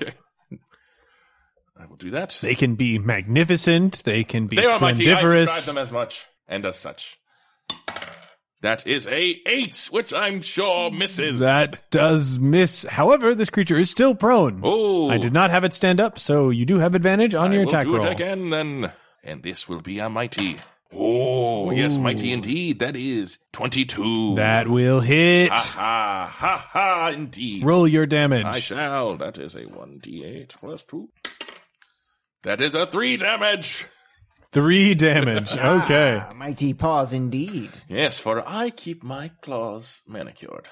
I will do that.
They can be magnificent. They can be
They are mighty. I describe
splendiferous.
them as much and as such. That is a eight, which I'm sure misses.
that does miss. However, this creature is still prone.
Oh,
I did not have it stand up, so you do have advantage on
I
your
will
attack
do
roll.
it again then, and this will be a mighty. Oh, yes, mighty indeed. That is twenty-two.
That will hit.
Ha ha ha! Indeed,
Roll your damage.
Ah, I shall. That is a one d eight plus two. That is a three damage.
Three damage. Okay.
Ah, mighty paws indeed.
Yes, for I keep my claws manicured.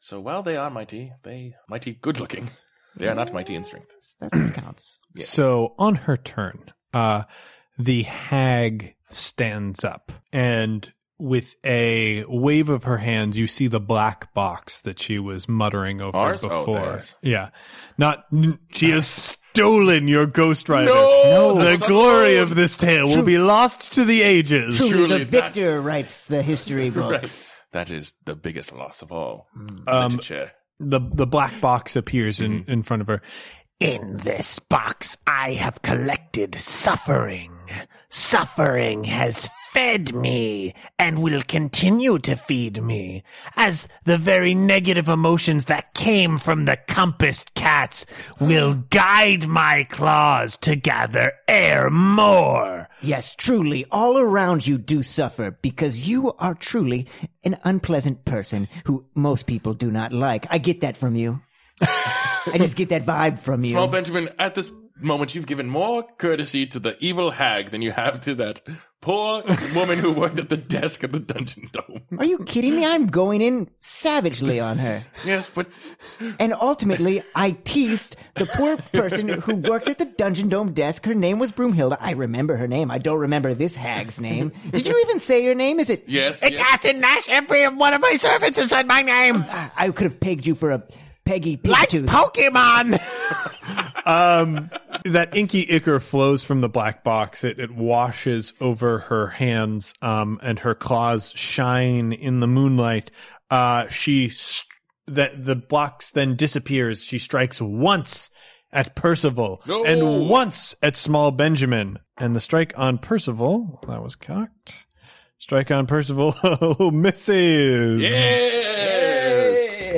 So while they are mighty, they mighty good looking. They are not mighty in strength.
That's what counts.
So on her turn, uh, the hag stands up and with a wave of her hands, you see the black box that she was muttering over
Ours? Oh,
before.
theirs.
yeah, not n- she has stolen your Ghost Rider.
No!
the
That's
glory
untold!
of this tale will be lost to the ages.
Truly,
Surely
the
that-
victor writes the history books.
Right. Mm. Um, That is the biggest loss of all. Literature.
The the black box appears in in front of her.
In this box, I have collected suffering. Suffering has fed me and will continue to feed me, as the very negative emotions that came from the compassed cats will guide my claws to gather air more.
Yes, truly, all around you do suffer because you are truly an unpleasant person who most people do not like. I get that from you. I just get that vibe from you.
Well, Benjamin, at this moment, you've given more courtesy to the evil hag than you have to that poor woman who worked at the desk at the Dungeon Dome.
Are you kidding me? I'm going in savagely on her.
yes, but
And ultimately, I teased the poor person who worked at the Dungeon Dome desk. Her name was Broomhilda. I remember her name. I don't remember this hag's name. Did you even say your name? Is it?
yes,
It's
yes.
Athen Nash. Every one of my servants has said my name.
I could have pegged you for a Peggy
Like
Pikachu.
Pokemon.
Um, that inky ichor flows from the black box. It, it washes over her hands, um, and her claws shine in the moonlight. Uh, she st- that the box then disappears. She strikes once at Percival and once at Small Benjamin, and the strike on Percival that was cocked. Strike on Percival oh, misses.
yes.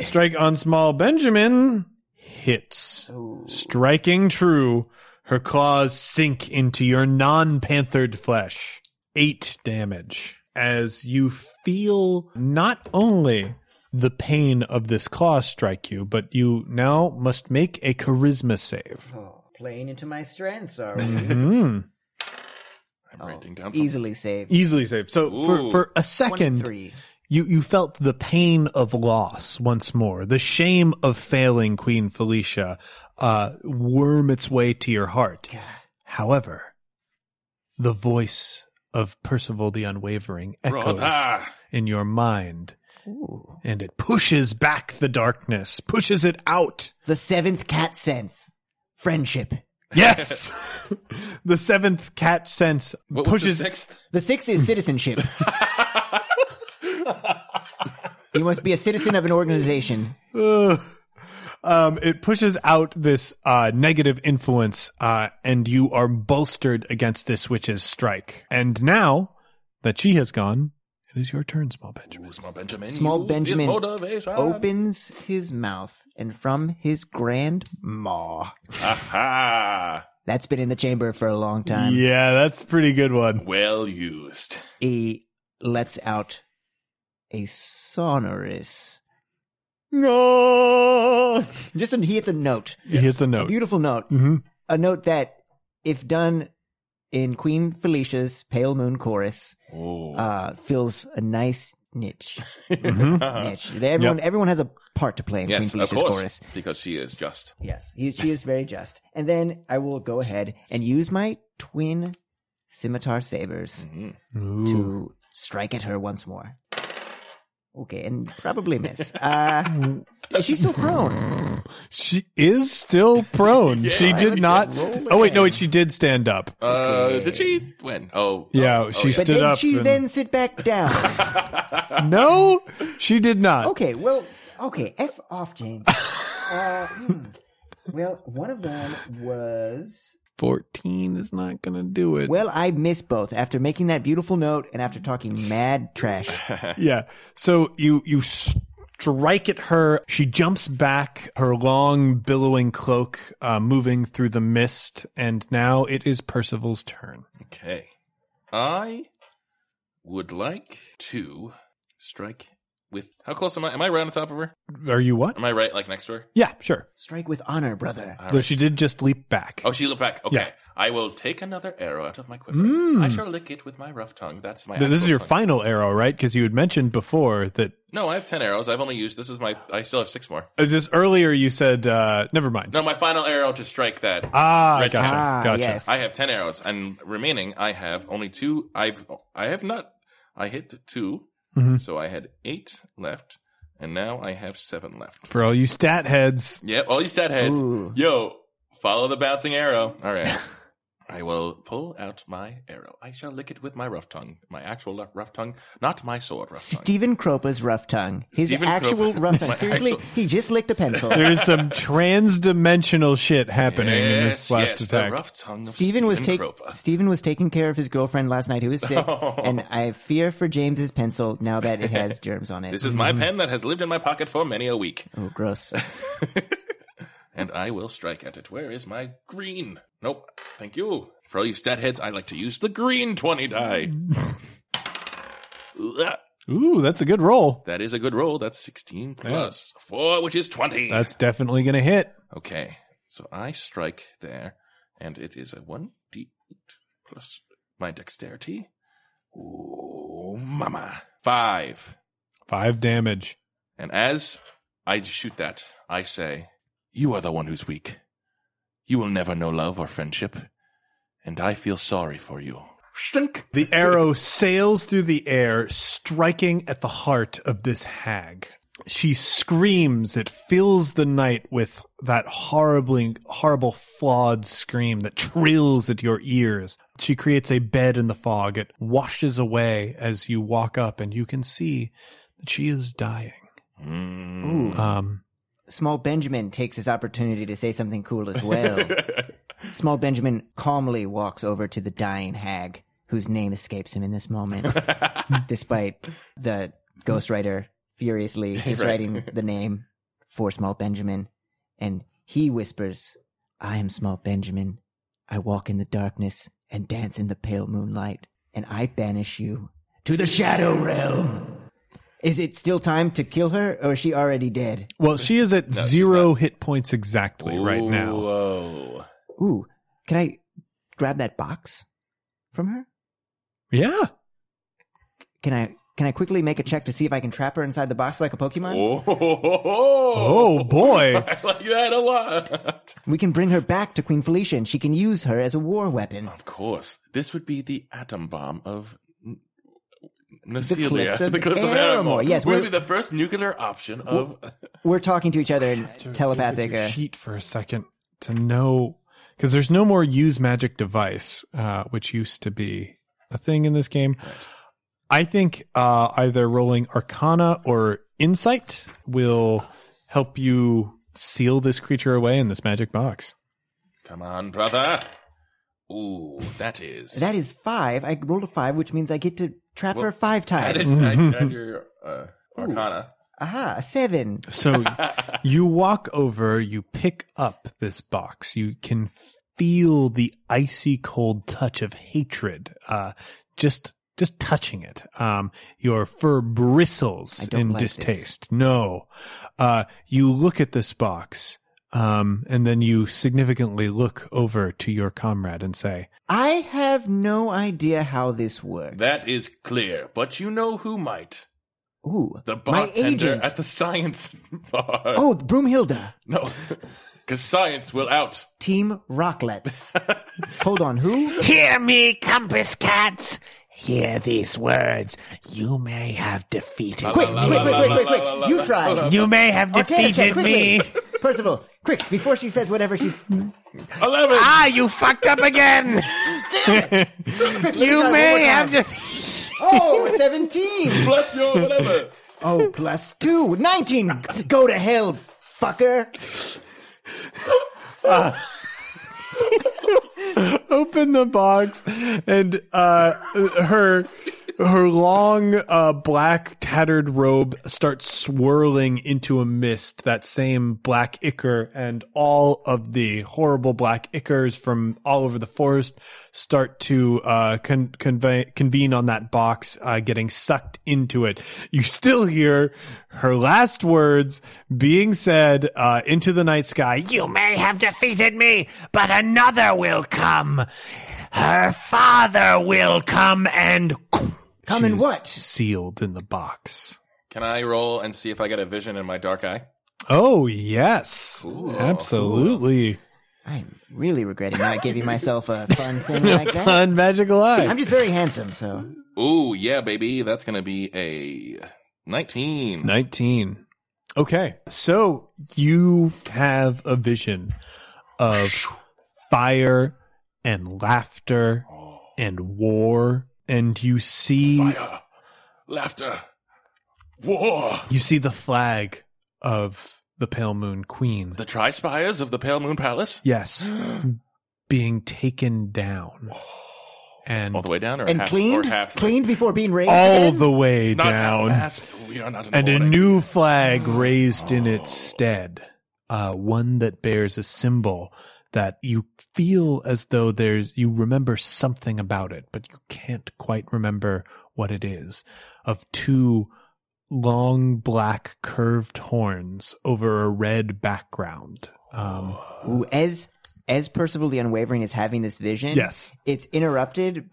Strike on small Benjamin hits. Striking true, her claws sink into your non panthered flesh. Eight damage. As you feel not only the pain of this claw strike you, but you now must make a charisma save.
Playing into my strengths are we?
I'm writing down something.
Easily saved.
Easily save. So for,
Ooh.
for a second,
Three.
you, you felt the pain of loss once more, the shame of failing Queen Felicia uh, worm its way to your heart. However, the voice of Percival the Unwavering echoes
Rotha.
in your mind, and it pushes back the darkness, pushes it out.
The seventh cat sense. Friendship.
Yes, the seventh cat sense
What was the
pushes
sixth?
The sixth is citizenship. you must be a citizen of an organization.
Ugh. um, it pushes out this uh, negative influence, uh, and you are bolstered against this witch's strike. And now that she has gone, it is your turn, small Benjamin.
Ooh, Small Benjamin.
Small
used his
Benjamin
motivation.
opens his mouth, and from his grand maw,
Aha.
that's been in the chamber for a long time,
Yeah, that's a pretty good one.
Well used.
he lets out a sonorous. Just a, he hits a note,
He hits a
a
note.
beautiful note,
Mhm.
a note that, if done in Queen Felicia's Pale Moon Chorus,
Oh.
uh, fills a nice niche.
Mm-hmm.
niche. Everyone, everyone has a part to play in Queen
yes, of
Felicia's
course.
chorus.
Because she is just.
Yes, he, she is very just. And then I will go ahead and use my twin scimitar sabers
Mm-hmm.
to strike at her once more. Okay, and probably miss. Uh, is she still prone?
She is still prone. she did not. St- oh wait, no, wait. She did stand up.
Uh, did she win? Oh,
yeah,
oh,
she
Oh. But
stood
then
up.
she
and-
then sit back down.
no, she did not.
Okay, well, okay, F off, James. Uh, hmm. Well, one of them was.
Fourteen is not gonna do it.
Well, I miss both after making that beautiful note and after talking mad trash.
Yeah. So you you strike at her. She jumps back, her long billowing cloak uh, moving through the mist, and now it is Percival's turn.
Okay. I would like to strike with. How close am I? Am I right on top of her?
Are you what?
Am I right, like next to her?
Yeah, sure.
Strike with honor, brother.
Though she did just leap back.
Oh, she looked back. Okay.
Yeah. Hmm.
I will take another arrow out of my quiver. I shall lick it with my rough tongue. That's my.
Th- this is
actual
your
tongue.
final arrow, right? Because you had mentioned before that
No, I have ten arrows. I've only used. This is my. I still have six more.
uh, just earlier you said. Uh, never mind.
No, my final arrow to strike that.
Ah,
Red
gotcha,
Ah,
gotcha.
yes.
I have ten arrows, and remaining, I have only two. I've. I have not. I hit 2
Mm-hmm.
so I had eight left, and now I have seven left.
For all you stat heads,
Yep, all you stat heads. Yo, follow the bouncing arrow. All right. I will pull out my arrow. I shall lick it with my rough tongue. My actual rough- rough tongue, not my sword rough tongue.
Stephen Kropa's rough tongue. His
Stephen
actual
Kropa-
rough tongue.
my
Seriously,
actual-
he just licked a pencil.
there's some trans-dimensional shit happening
yes,
in this last
yes,
attack.
the rough tongue of
Stephen was take,
Kropa.
Stephen was taking care of his girlfriend last night who was sick, and I fear for James's pencil now that it has germs on it.
This is my
Mm-hmm.
pen that has lived in my pocket for many a week.
oh, gross.
and I will strike at it. Where is my green? Nope. Thank you. For all you stat heads, I like to use the green 20 die. Ugh.
Ooh, that's a good roll.
that is a good roll. That's 16 plus 4, which is 20.
That's definitely gonna hit.
okay. So I strike there, and it is a 1d8 plus my dexterity. Ooh, mama. 5.
Five damage.
And as I shoot that, I say, You are the one who's weak. You will never know love or friendship. And I feel sorry for you. Stink!
The arrow sails through the air, striking at the heart of this hag. She screams. It fills the night with that horribly, horrible, flawed scream that trills at your ears. She creates a bed in the fog. It washes away as you walk up, and you can see that she is dying. Um,
Small Benjamin takes this opportunity to say something cool as well. Small Benjamin calmly walks over to the dying hag, whose name escapes him in this moment, despite the ghostwriter furiously is writing the name for Small Benjamin. And he whispers, I am Small Benjamin. I walk in the darkness and dance in the pale moonlight, and I banish you to the shadow realm. Is it still time to kill her, or is she already dead?
well, she is at zero hit points exactly right now.
Whoa.
Ooh, can I grab that box from her?
Yeah.
Can I can I quickly make a check to see if I can trap her inside the box like a Pokemon?
Oh,
Oh boy.
I like that a lot.
We can bring her back to Queen Felicia and she can use her as a war weapon.
of course, this would be the atom bomb of. N-
cliffs
Nasilia.
of
the cliffs of
Aramor.
Aramor.
Yes,
would
we're-
be the first nuclear option of.
We're talking to each other in telepathic.
your
Uh,
sheet for a second to know because there's no more use magic device, uh, which used to be a thing in this game. I think uh, either rolling Arcana or Insight will help you seal this creature away in this magic box.
Come on, brother. Ooh, that is.
that is five. I rolled a five, which means I get to trap her five
that
times.
is I, I, your uh, arcana.
Aha, a seven.
So you walk over, you pick up this box. You can feel the icy cold touch of hatred, uh, just, just touching it. Um, your fur bristles
don't
in
like this.
distaste. No. Uh, you look at this box. Um, and then you significantly look over to your comrade and say,
I have no idea how this works.
That is clear, but you know who might?
Ooh,
The
my
bartender
agent.
at the science bar.
oh, Broomhilda,
No, because science will out.
Team Rocklets. Hold on, who?
Hear me, compass cats. Hear these words. You may have defeated.
Quick,
La, la,
quick,
la,
quick,
la,
quick,
la,
quick,
la, la,
quick.
la,
You
la,
try.
You may have
Okay, okay,
defeated
quickly.
me.
Percival, quick, before she says whatever she's.
Eleven.
Ah, you fucked up again. you may have defeated.
Oh, 17!
Bless your whatever.
Oh, plus 2. 19! Go to hell, fucker!
open the box and uh her her long uh black tattered robe starts swirling into a mist that same black ichor and all of the horrible black ichors from all over the forest start to uh con- convey- convene on that box uh getting sucked into it you still hear her last words being said uh into the night sky
You may have defeated me, but another will come. Her father will come and.
Come in
is
what?
Sealed in the box.
Can I roll and see if I get a vision in my dark eye?
Oh yes, absolutely.
I'm really regretting not giving myself a fun thing like that.
Fun magical
I'm
eye.
just very handsome, so
Ooh, yeah, baby. That's going to be a 19.
19. Okay. So you have a vision of fire and laughter
Oh.
and war and you see
Laughter. War.
you see the flag of the Pale Moon Queen.
The Tri-Spires of the Pale Moon Palace?
Yes. being taken down. And
All the way down or
and
half?
cleaned,
Or half
cleaned before being raised.
all
again?
the way
Not
down.
half-assed. We are not in
and a
mourning.
new flag raised in its stead, uh, one that bears a symbol that you feel as though there's you remember something about it, but you can't quite remember what it is. Of two long black curved horns over a red background. Um,
Ooh, as as Percival the Unwavering is having this vision,
Yes.
it's interrupted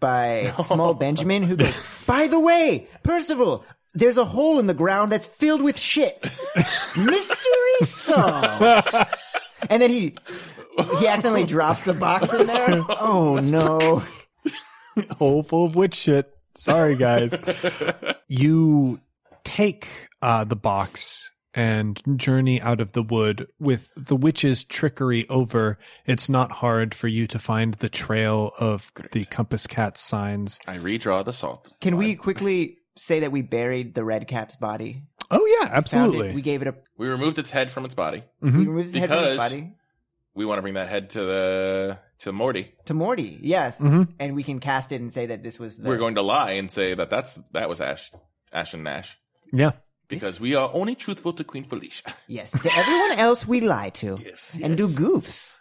by small Benjamin who goes, "By the way, Percival, there's a hole in the ground that's filled with shit, mystery solved." and then he he accidentally drops the box in there. Oh no!
hole full of witch shit. Sorry, guys. you take uh, the box and journey out of the wood with the witch's trickery over. It's not hard for you to find the trail of the compass cat signs.
I redraw the salt.
Can we quickly say that we buried the red cap's body?
Oh yeah,
Found it,
absolutely. Mm-hmm.
we gave it a.
We removed its head from its body.
We removed his head from his
Because-
body.
We want to bring that head to the to Morty.
to Morty. Yes,
Mm-hmm.
and we can cast it and say that this was the
We're going to lie and say that that's that was Ash Ash and Nash
yeah.
because we are only truthful to Queen Felicia.
yes to everyone else we lie to
Yes.
and do goofs.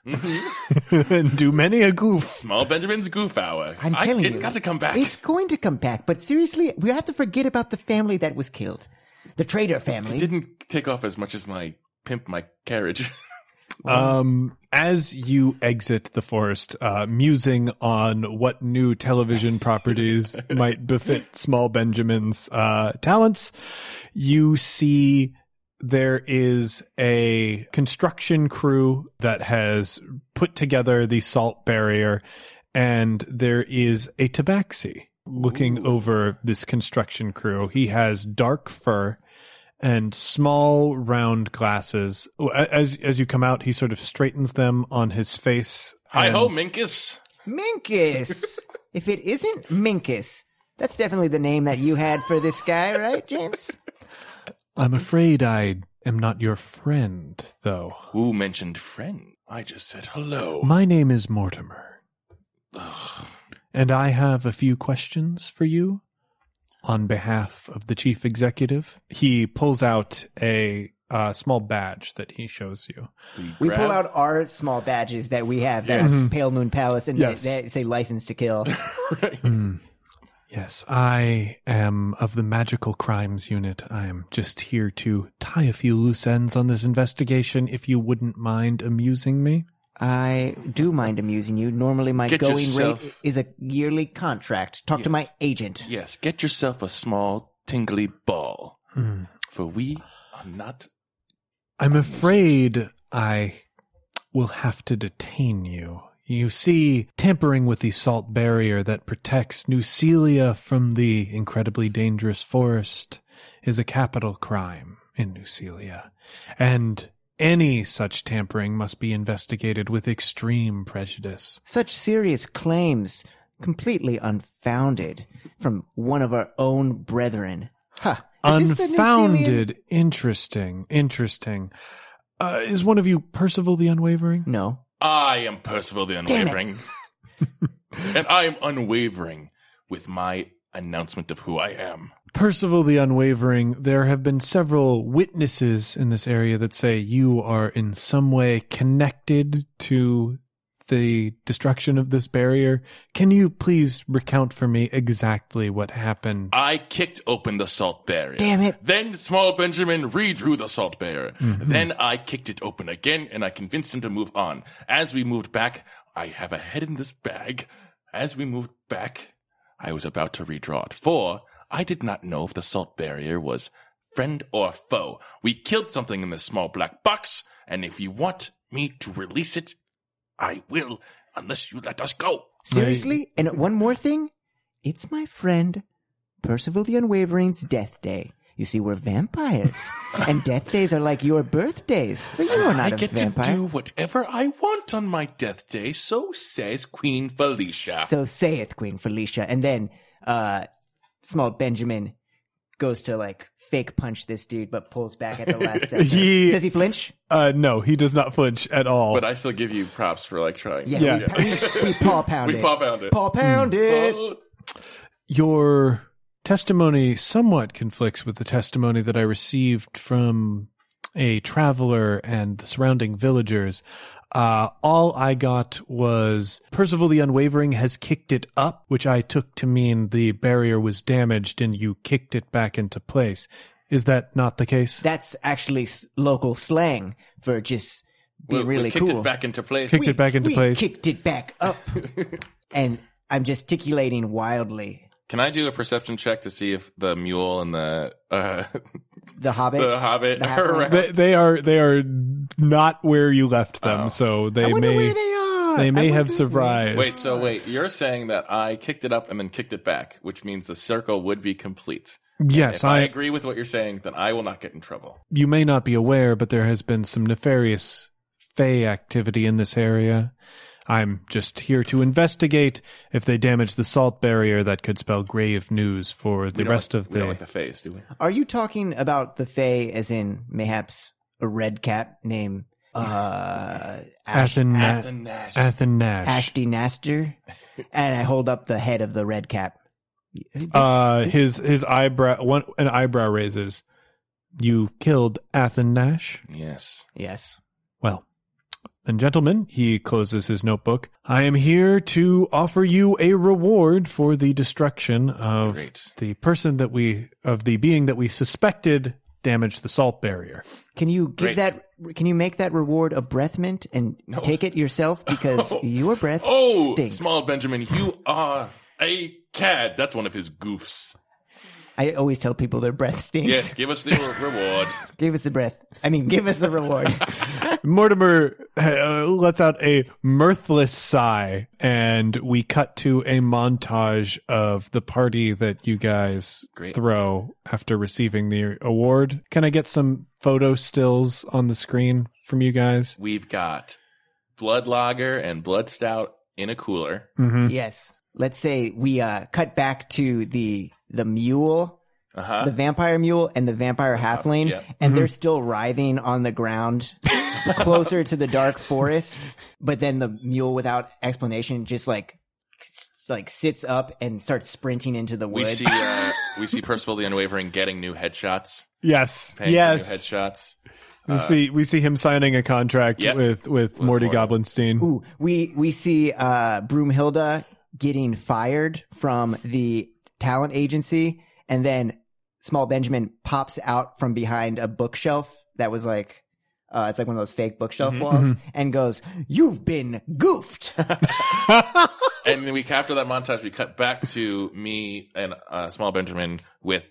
and do many a goof.
Small Benjamin's Goof Hour.
I'm
I-
telling
it
you,
got to come back.
It's going to come back, but seriously, we have to forget about the family that was killed, the traitor family.
It didn't take off as much as my pimp my carriage.
Um, as you exit the forest, uh, musing on what new television properties might befit Small Benjamin's uh, talents, you see there is a construction crew that has put together the salt barrier, and there is a tabaxi looking over this construction crew. He has dark fur and small round glasses. As as you come out, he sort of straightens them on his face.
Hi ho,
and-
Oh, Minkus.
Minkus. if it isn't Minkus, that's definitely the name that you had for this guy, right, James?
I'm afraid I am not your friend, though.
Who mentioned friend? I just said hello.
My name is Mortimer, and I have a few questions for you on behalf of the chief executive. He pulls out a uh, small badge that he shows you.
We
Grab-
pull out our small badges that we have that are Pale Moon Palace and
Yes.
they, they say license to kill.
Yes, I am of the Magical Crimes Unit. I am just here to tie a few loose ends on this investigation, if you wouldn't mind amusing me.
I do mind amusing you. Normally, my
Get
going rate
yourself-
is a yearly contract. Talk to my agent.
Yes, get yourself a small tingly ball.
Hmm.
For we are not.
I'm afraid I will have to detain you. You see, tampering with the salt barrier that protects New Celia from the incredibly dangerous forest is a capital crime in New Celia. And any such tampering must be investigated with extreme prejudice.
Such serious claims, completely unfounded, from one of our own brethren. Huh. Is this the New Zealand-
Unfounded, interesting, interesting. Uh, is one of you Percival the Unwavering?
No.
I am Percival the Unwavering. and I am unwavering with my announcement of who I am.
Percival the Unwavering, there have been several witnesses in this area that say you are in some way connected to the destruction of this barrier. Can you please recount for me exactly what happened?
I kicked open the salt barrier.
Damn it. Mm-hmm.
Then small Benjamin redrew the salt barrier. Then I kicked it open again and I convinced him to move on. As we moved back, I have a head in this bag. As we moved back, I was about to redraw it, for I did not know if the salt barrier was friend or foe. We killed something in this small black box, and if you want me to release it, I will, unless you let us go.
Seriously? And one more thing? It's my friend Percival the Unwavering's death day. You see, we're vampires. and death days are like your birthdays. But you are not
I
a
get to
vampire.
do whatever I want on my death day, so says Queen Felicia.
So saith Queen Felicia. And then uh small Benjamin goes to like fake punch this dude but pulls back at the last second.
He-
Does he flinch?
Uh, no, he does not flinch at all.
but I still give you props for like trying.
Yeah,
Yeah.
We, we, we paw pound
We
it.
paw pound it.
Paw pound it.
Oh,
Your testimony somewhat conflicts with the testimony that I received from a traveler and the surrounding villagers. Uh, all I got was Percival the Unwavering has kicked it up, which I took to mean the barrier was damaged and you kicked it back into place. Is that not the case?
That's actually s- local slang for just be
we- we
really
kicked
cool.
it back into place.
kicked it back into
we
place.
Kicked it back up. and I'm gesticulating wildly.
Can I do a perception check to see if the mule and the uh,
The Hobbit.
the hobbit
The
are
halfling.
around?
they, they are they are not where you left them,
Oh.
so they
I wonder
may
where they are.
they may
I
have
wonder-
surprised.
Wait, so wait, you're saying that I kicked it up and then kicked it back, which means the circle would be complete.
yes,
If I
I
agree with what you're saying, then I will not get in trouble.
you may not be aware, but there has been some nefarious fey activity in this area. I'm just here to investigate if they damage the salt barrier that could spell grave news for the rest of
We
the,
don't like the phase, do we?
Are you talking about the Fae as in mayhaps a red cap named uh Ash-
Athen
Athen Nash.
Athen Nash.
Ashty Naster? and I hold up the head of the red cap. This-
Uh,
this-
his his eyebrow one an eyebrow raises. You killed Athen Nash?
Yes.
yes.
Well, then, gentlemen, he closes his notebook. I am here to offer you a reward for the destruction of
Great.
the person that we, of the being that we suspected damaged the salt barrier.
Can you
Great.
give that? Can you make that reward a breath mint and take it yourself because your breath
Oh,
stinks?
small Benjamin, you are a cad. That's one of his goofs.
I always tell people their breath stinks.
Yes, give us the reward.
Give us the breath. I mean, give us the reward.
Mortimer uh, lets out a mirthless sigh, and we cut to a montage of the party that you guys
Great.
throw after receiving the award. Can I get some photo stills on the screen from you guys?
We've got blood lager and blood stout in a cooler.
yes. Let's say we uh, cut back to the the mule,
Uh huh.
the vampire mule, and the vampire halfling,
yeah.
and they're still writhing on the ground closer to the dark forest. But then the mule, without explanation, just like s- like sits up and starts sprinting into the
We
woods.
see uh, we see Percival the Unwavering getting new headshots,
Yes.
paying
yes.
for new headshots.
We see we see him signing a contract
Yep.
with, with Morty
Morty.
Goblinstein.
Ooh, we we see uh, Broomhilda getting fired from the talent agency, and then Small Benjamin pops out from behind a bookshelf that was like. Uh, it's like one of those fake bookshelf
Mm-hmm.
walls, and goes, "You've been goofed."
And then we after that montage, we cut back to me and uh, Small Benjamin with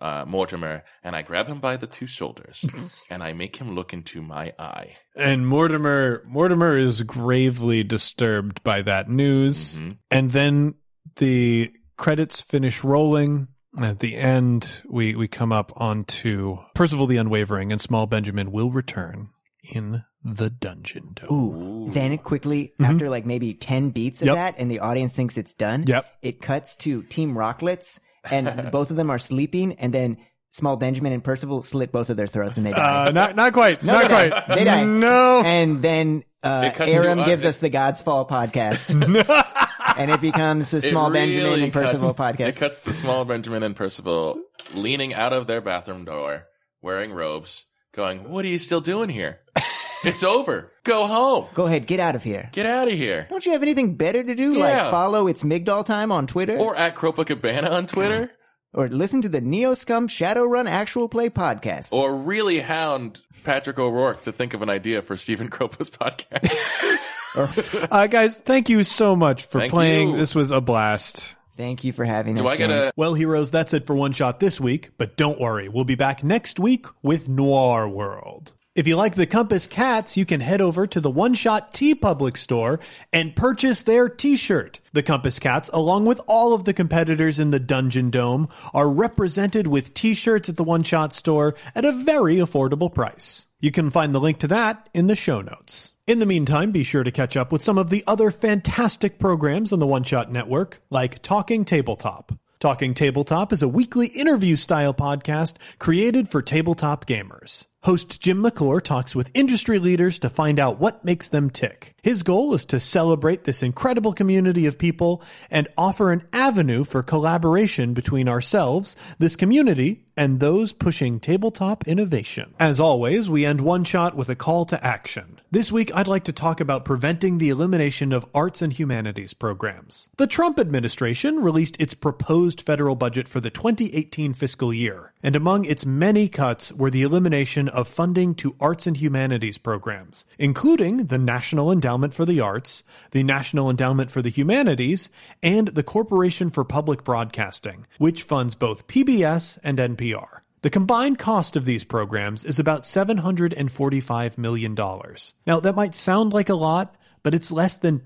uh, Mortimer, and I grab him by the two shoulders, and I make him look into my eye.
And Mortimer Mortimer is gravely disturbed by that news.
Mm-hmm.
And then the credits finish rolling. At the end, we, we come up onto Percival the Unwavering and Small Benjamin will return in the dungeon dome.
Ooh. Then quickly, after like maybe 10 beats of
Mm-hmm. Yep.
that and the audience thinks it's done,
Yep.
it cuts to Team Rocklets and both of them are sleeping and then Small Benjamin and Percival slit both of their throats and they die.
Uh, not not quite, not
they
quite.
die. They die.
No,
And then uh,
It cuts to
Aram
us.
gives us the God's Fall podcast. and it becomes the
It
Small Benjamin
really
and Percival
cuts- It
podcast.
cuts to Small Benjamin and Percival leaning out of their bathroom door, wearing robes, going, "What are you still doing here? it's over. Go home.
Go ahead, get out of here.
Get out of here."
Don't you have anything better to do?
Yeah.
Like follow It's Migdal Time on Twitter?
Or at Copacabana on Twitter,
or listen to the Neo Scum Shadowrun Actual Play podcast?
or really hound Patrick O'Rourke to think of an idea for Stephen Kropa's podcast.
uh, guys, thank you so much for
Thank
playing.
you.
This was a blast.
Thank you for having us.
Do I get
James.
a
Well, heroes, that's it for One Shot this week, but don't worry, we'll be back next week with Noir World.
If you like the Compass Cats, you can head over to the One Shot T Public store and purchase their t shirt. The Compass Cats, along with all of the competitors in the Dungeon Dome, are represented with t shirts at the One Shot store at a very affordable price. You can find the link to that in the show notes. In the meantime, be sure to catch up with some of the other fantastic programs on the One Shot Network, like Talking Tabletop. Talking Tabletop is a weekly interview style podcast created for tabletop gamers. Host Jim McClure talks with industry leaders to find out what makes them tick. His goal is to celebrate this incredible community of people and offer an avenue for collaboration between ourselves, this community, and those pushing tabletop innovation. As always, we end one shot with a call to action. This week, I'd like to talk about preventing the elimination of arts and humanities programs. The Trump administration released its proposed federal budget for the 2018 fiscal year, and among its many cuts were the elimination of funding to arts and humanities programs, including the National Endowment for the Arts, the National Endowment for the Humanities, and the Corporation for Public Broadcasting, which funds both PBS and NPR. The combined cost of these programs is about $745 million. Now, that might sound like a lot, but it's less than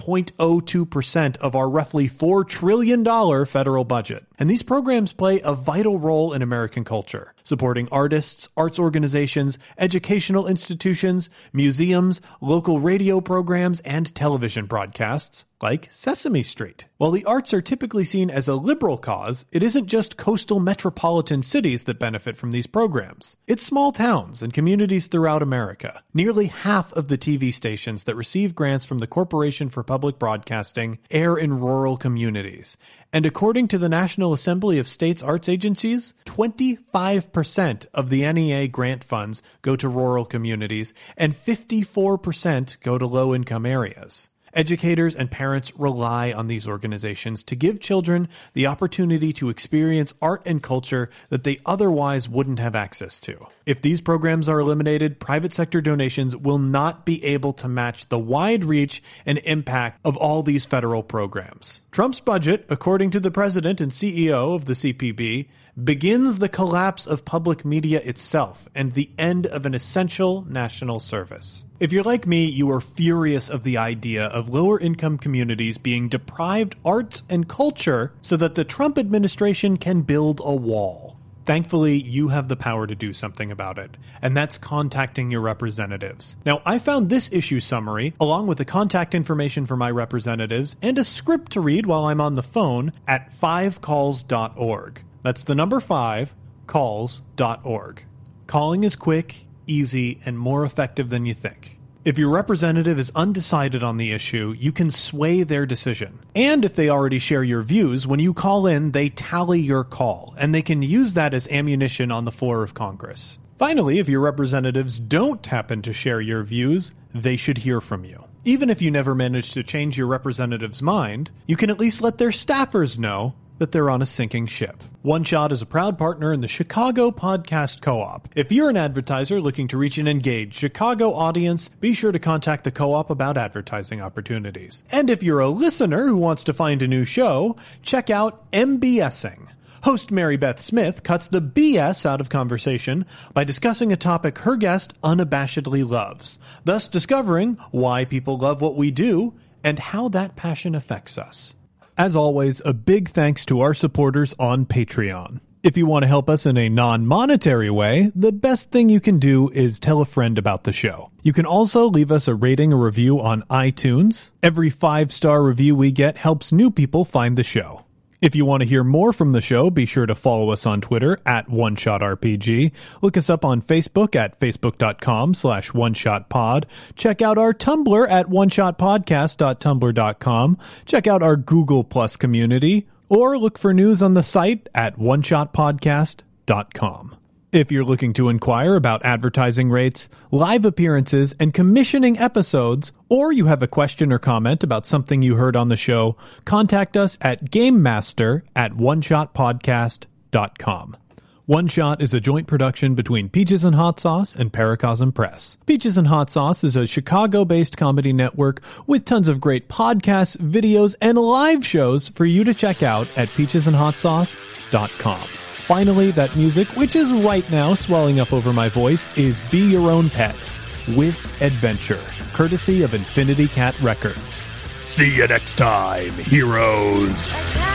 0.02% of our roughly $4 trillion federal budget. And these programs play a vital role in American culture, supporting artists, arts organizations, educational institutions, museums, local radio programs, and television broadcasts, like Sesame Street. While the arts are typically seen as a liberal cause, it isn't just coastal metropolitan cities that benefit from these programs. It's small towns and communities throughout America. Nearly half of the TV stations that receive grants from the Corporation for Public Broadcasting air in rural communities. And according to the National Assembly of States Arts Agencies, 25% of the NEA grant funds go to rural communities and 54% go to low income areas. Educators and parents rely on these organizations to give children the opportunity to experience art and culture that they otherwise wouldn't have access to. If these programs are eliminated, private sector donations will not be able to match the wide reach and impact of all these federal programs. Trump's budget, according to the president and CEO of the CPB, begins the collapse of public media itself and the end of an essential national service. If you're like me, you are furious of the idea of lower income communities being deprived arts and culture so that the Trump administration can build a wall. Thankfully, you have the power to do something about it, and that's contacting your representatives. Now, I found this issue summary, along with the contact information for my representatives and a script to read while I'm on the phone, at 5calls.org. That's the number 5, calls.org. Calling is quick, easy, and more effective than you think. If your representative is undecided on the issue, you can sway their decision. And if they already share your views, when you call in, they tally your call, and they can use that as ammunition on the floor of Congress. Finally, if your representatives don't happen to share your views, they should hear from you. Even if you never manage to change your representative's mind, you can at least let their staffers know that they're on a sinking ship. One Shot is a proud partner in the Chicago Podcast Co op. If you're an advertiser looking to reach an engaged Chicago audience, be sure to contact the co op about advertising opportunities. And if you're a listener who wants to find a new show, check out MBSing. Host Mary Beth Smith cuts the BS out of conversation by discussing a topic her guest unabashedly loves, thus discovering why people love what we do and how that passion affects us. As always, a big thanks to our supporters on Patreon. If you want to help us in a non monetary way, the best thing you can do is tell a friend about the show. You can also leave us a rating or review on iTunes. Every five star review we get helps new people find the show. If you want to hear more from the show, be sure to follow us on Twitter at OneShotRPG. Look us up on Facebook at facebook.com slash OneShotPod. Check out our Tumblr at OneShotPodcast.tumblr.com. Check out our Google Plus community, or look for news on the site at OneShotPodcast.com. If you're looking to inquire about advertising rates, live appearances, and commissioning episodes, or you have a question or comment about something you heard on the show, contact us at GameMaster at OneShotPodcast.com. One Shot is a joint production between Peaches and Hot Sauce and Paracosm Press. Peaches and Hot Sauce is a Chicago based comedy network with tons of great podcasts, videos, and live shows for you to check out at peachesandhotsauce.com. finally, that music, which is right now swelling up over my voice, is Be Your Own Pet with Adventure, courtesy of Infinity Cat Records. See you next time, heroes.
Come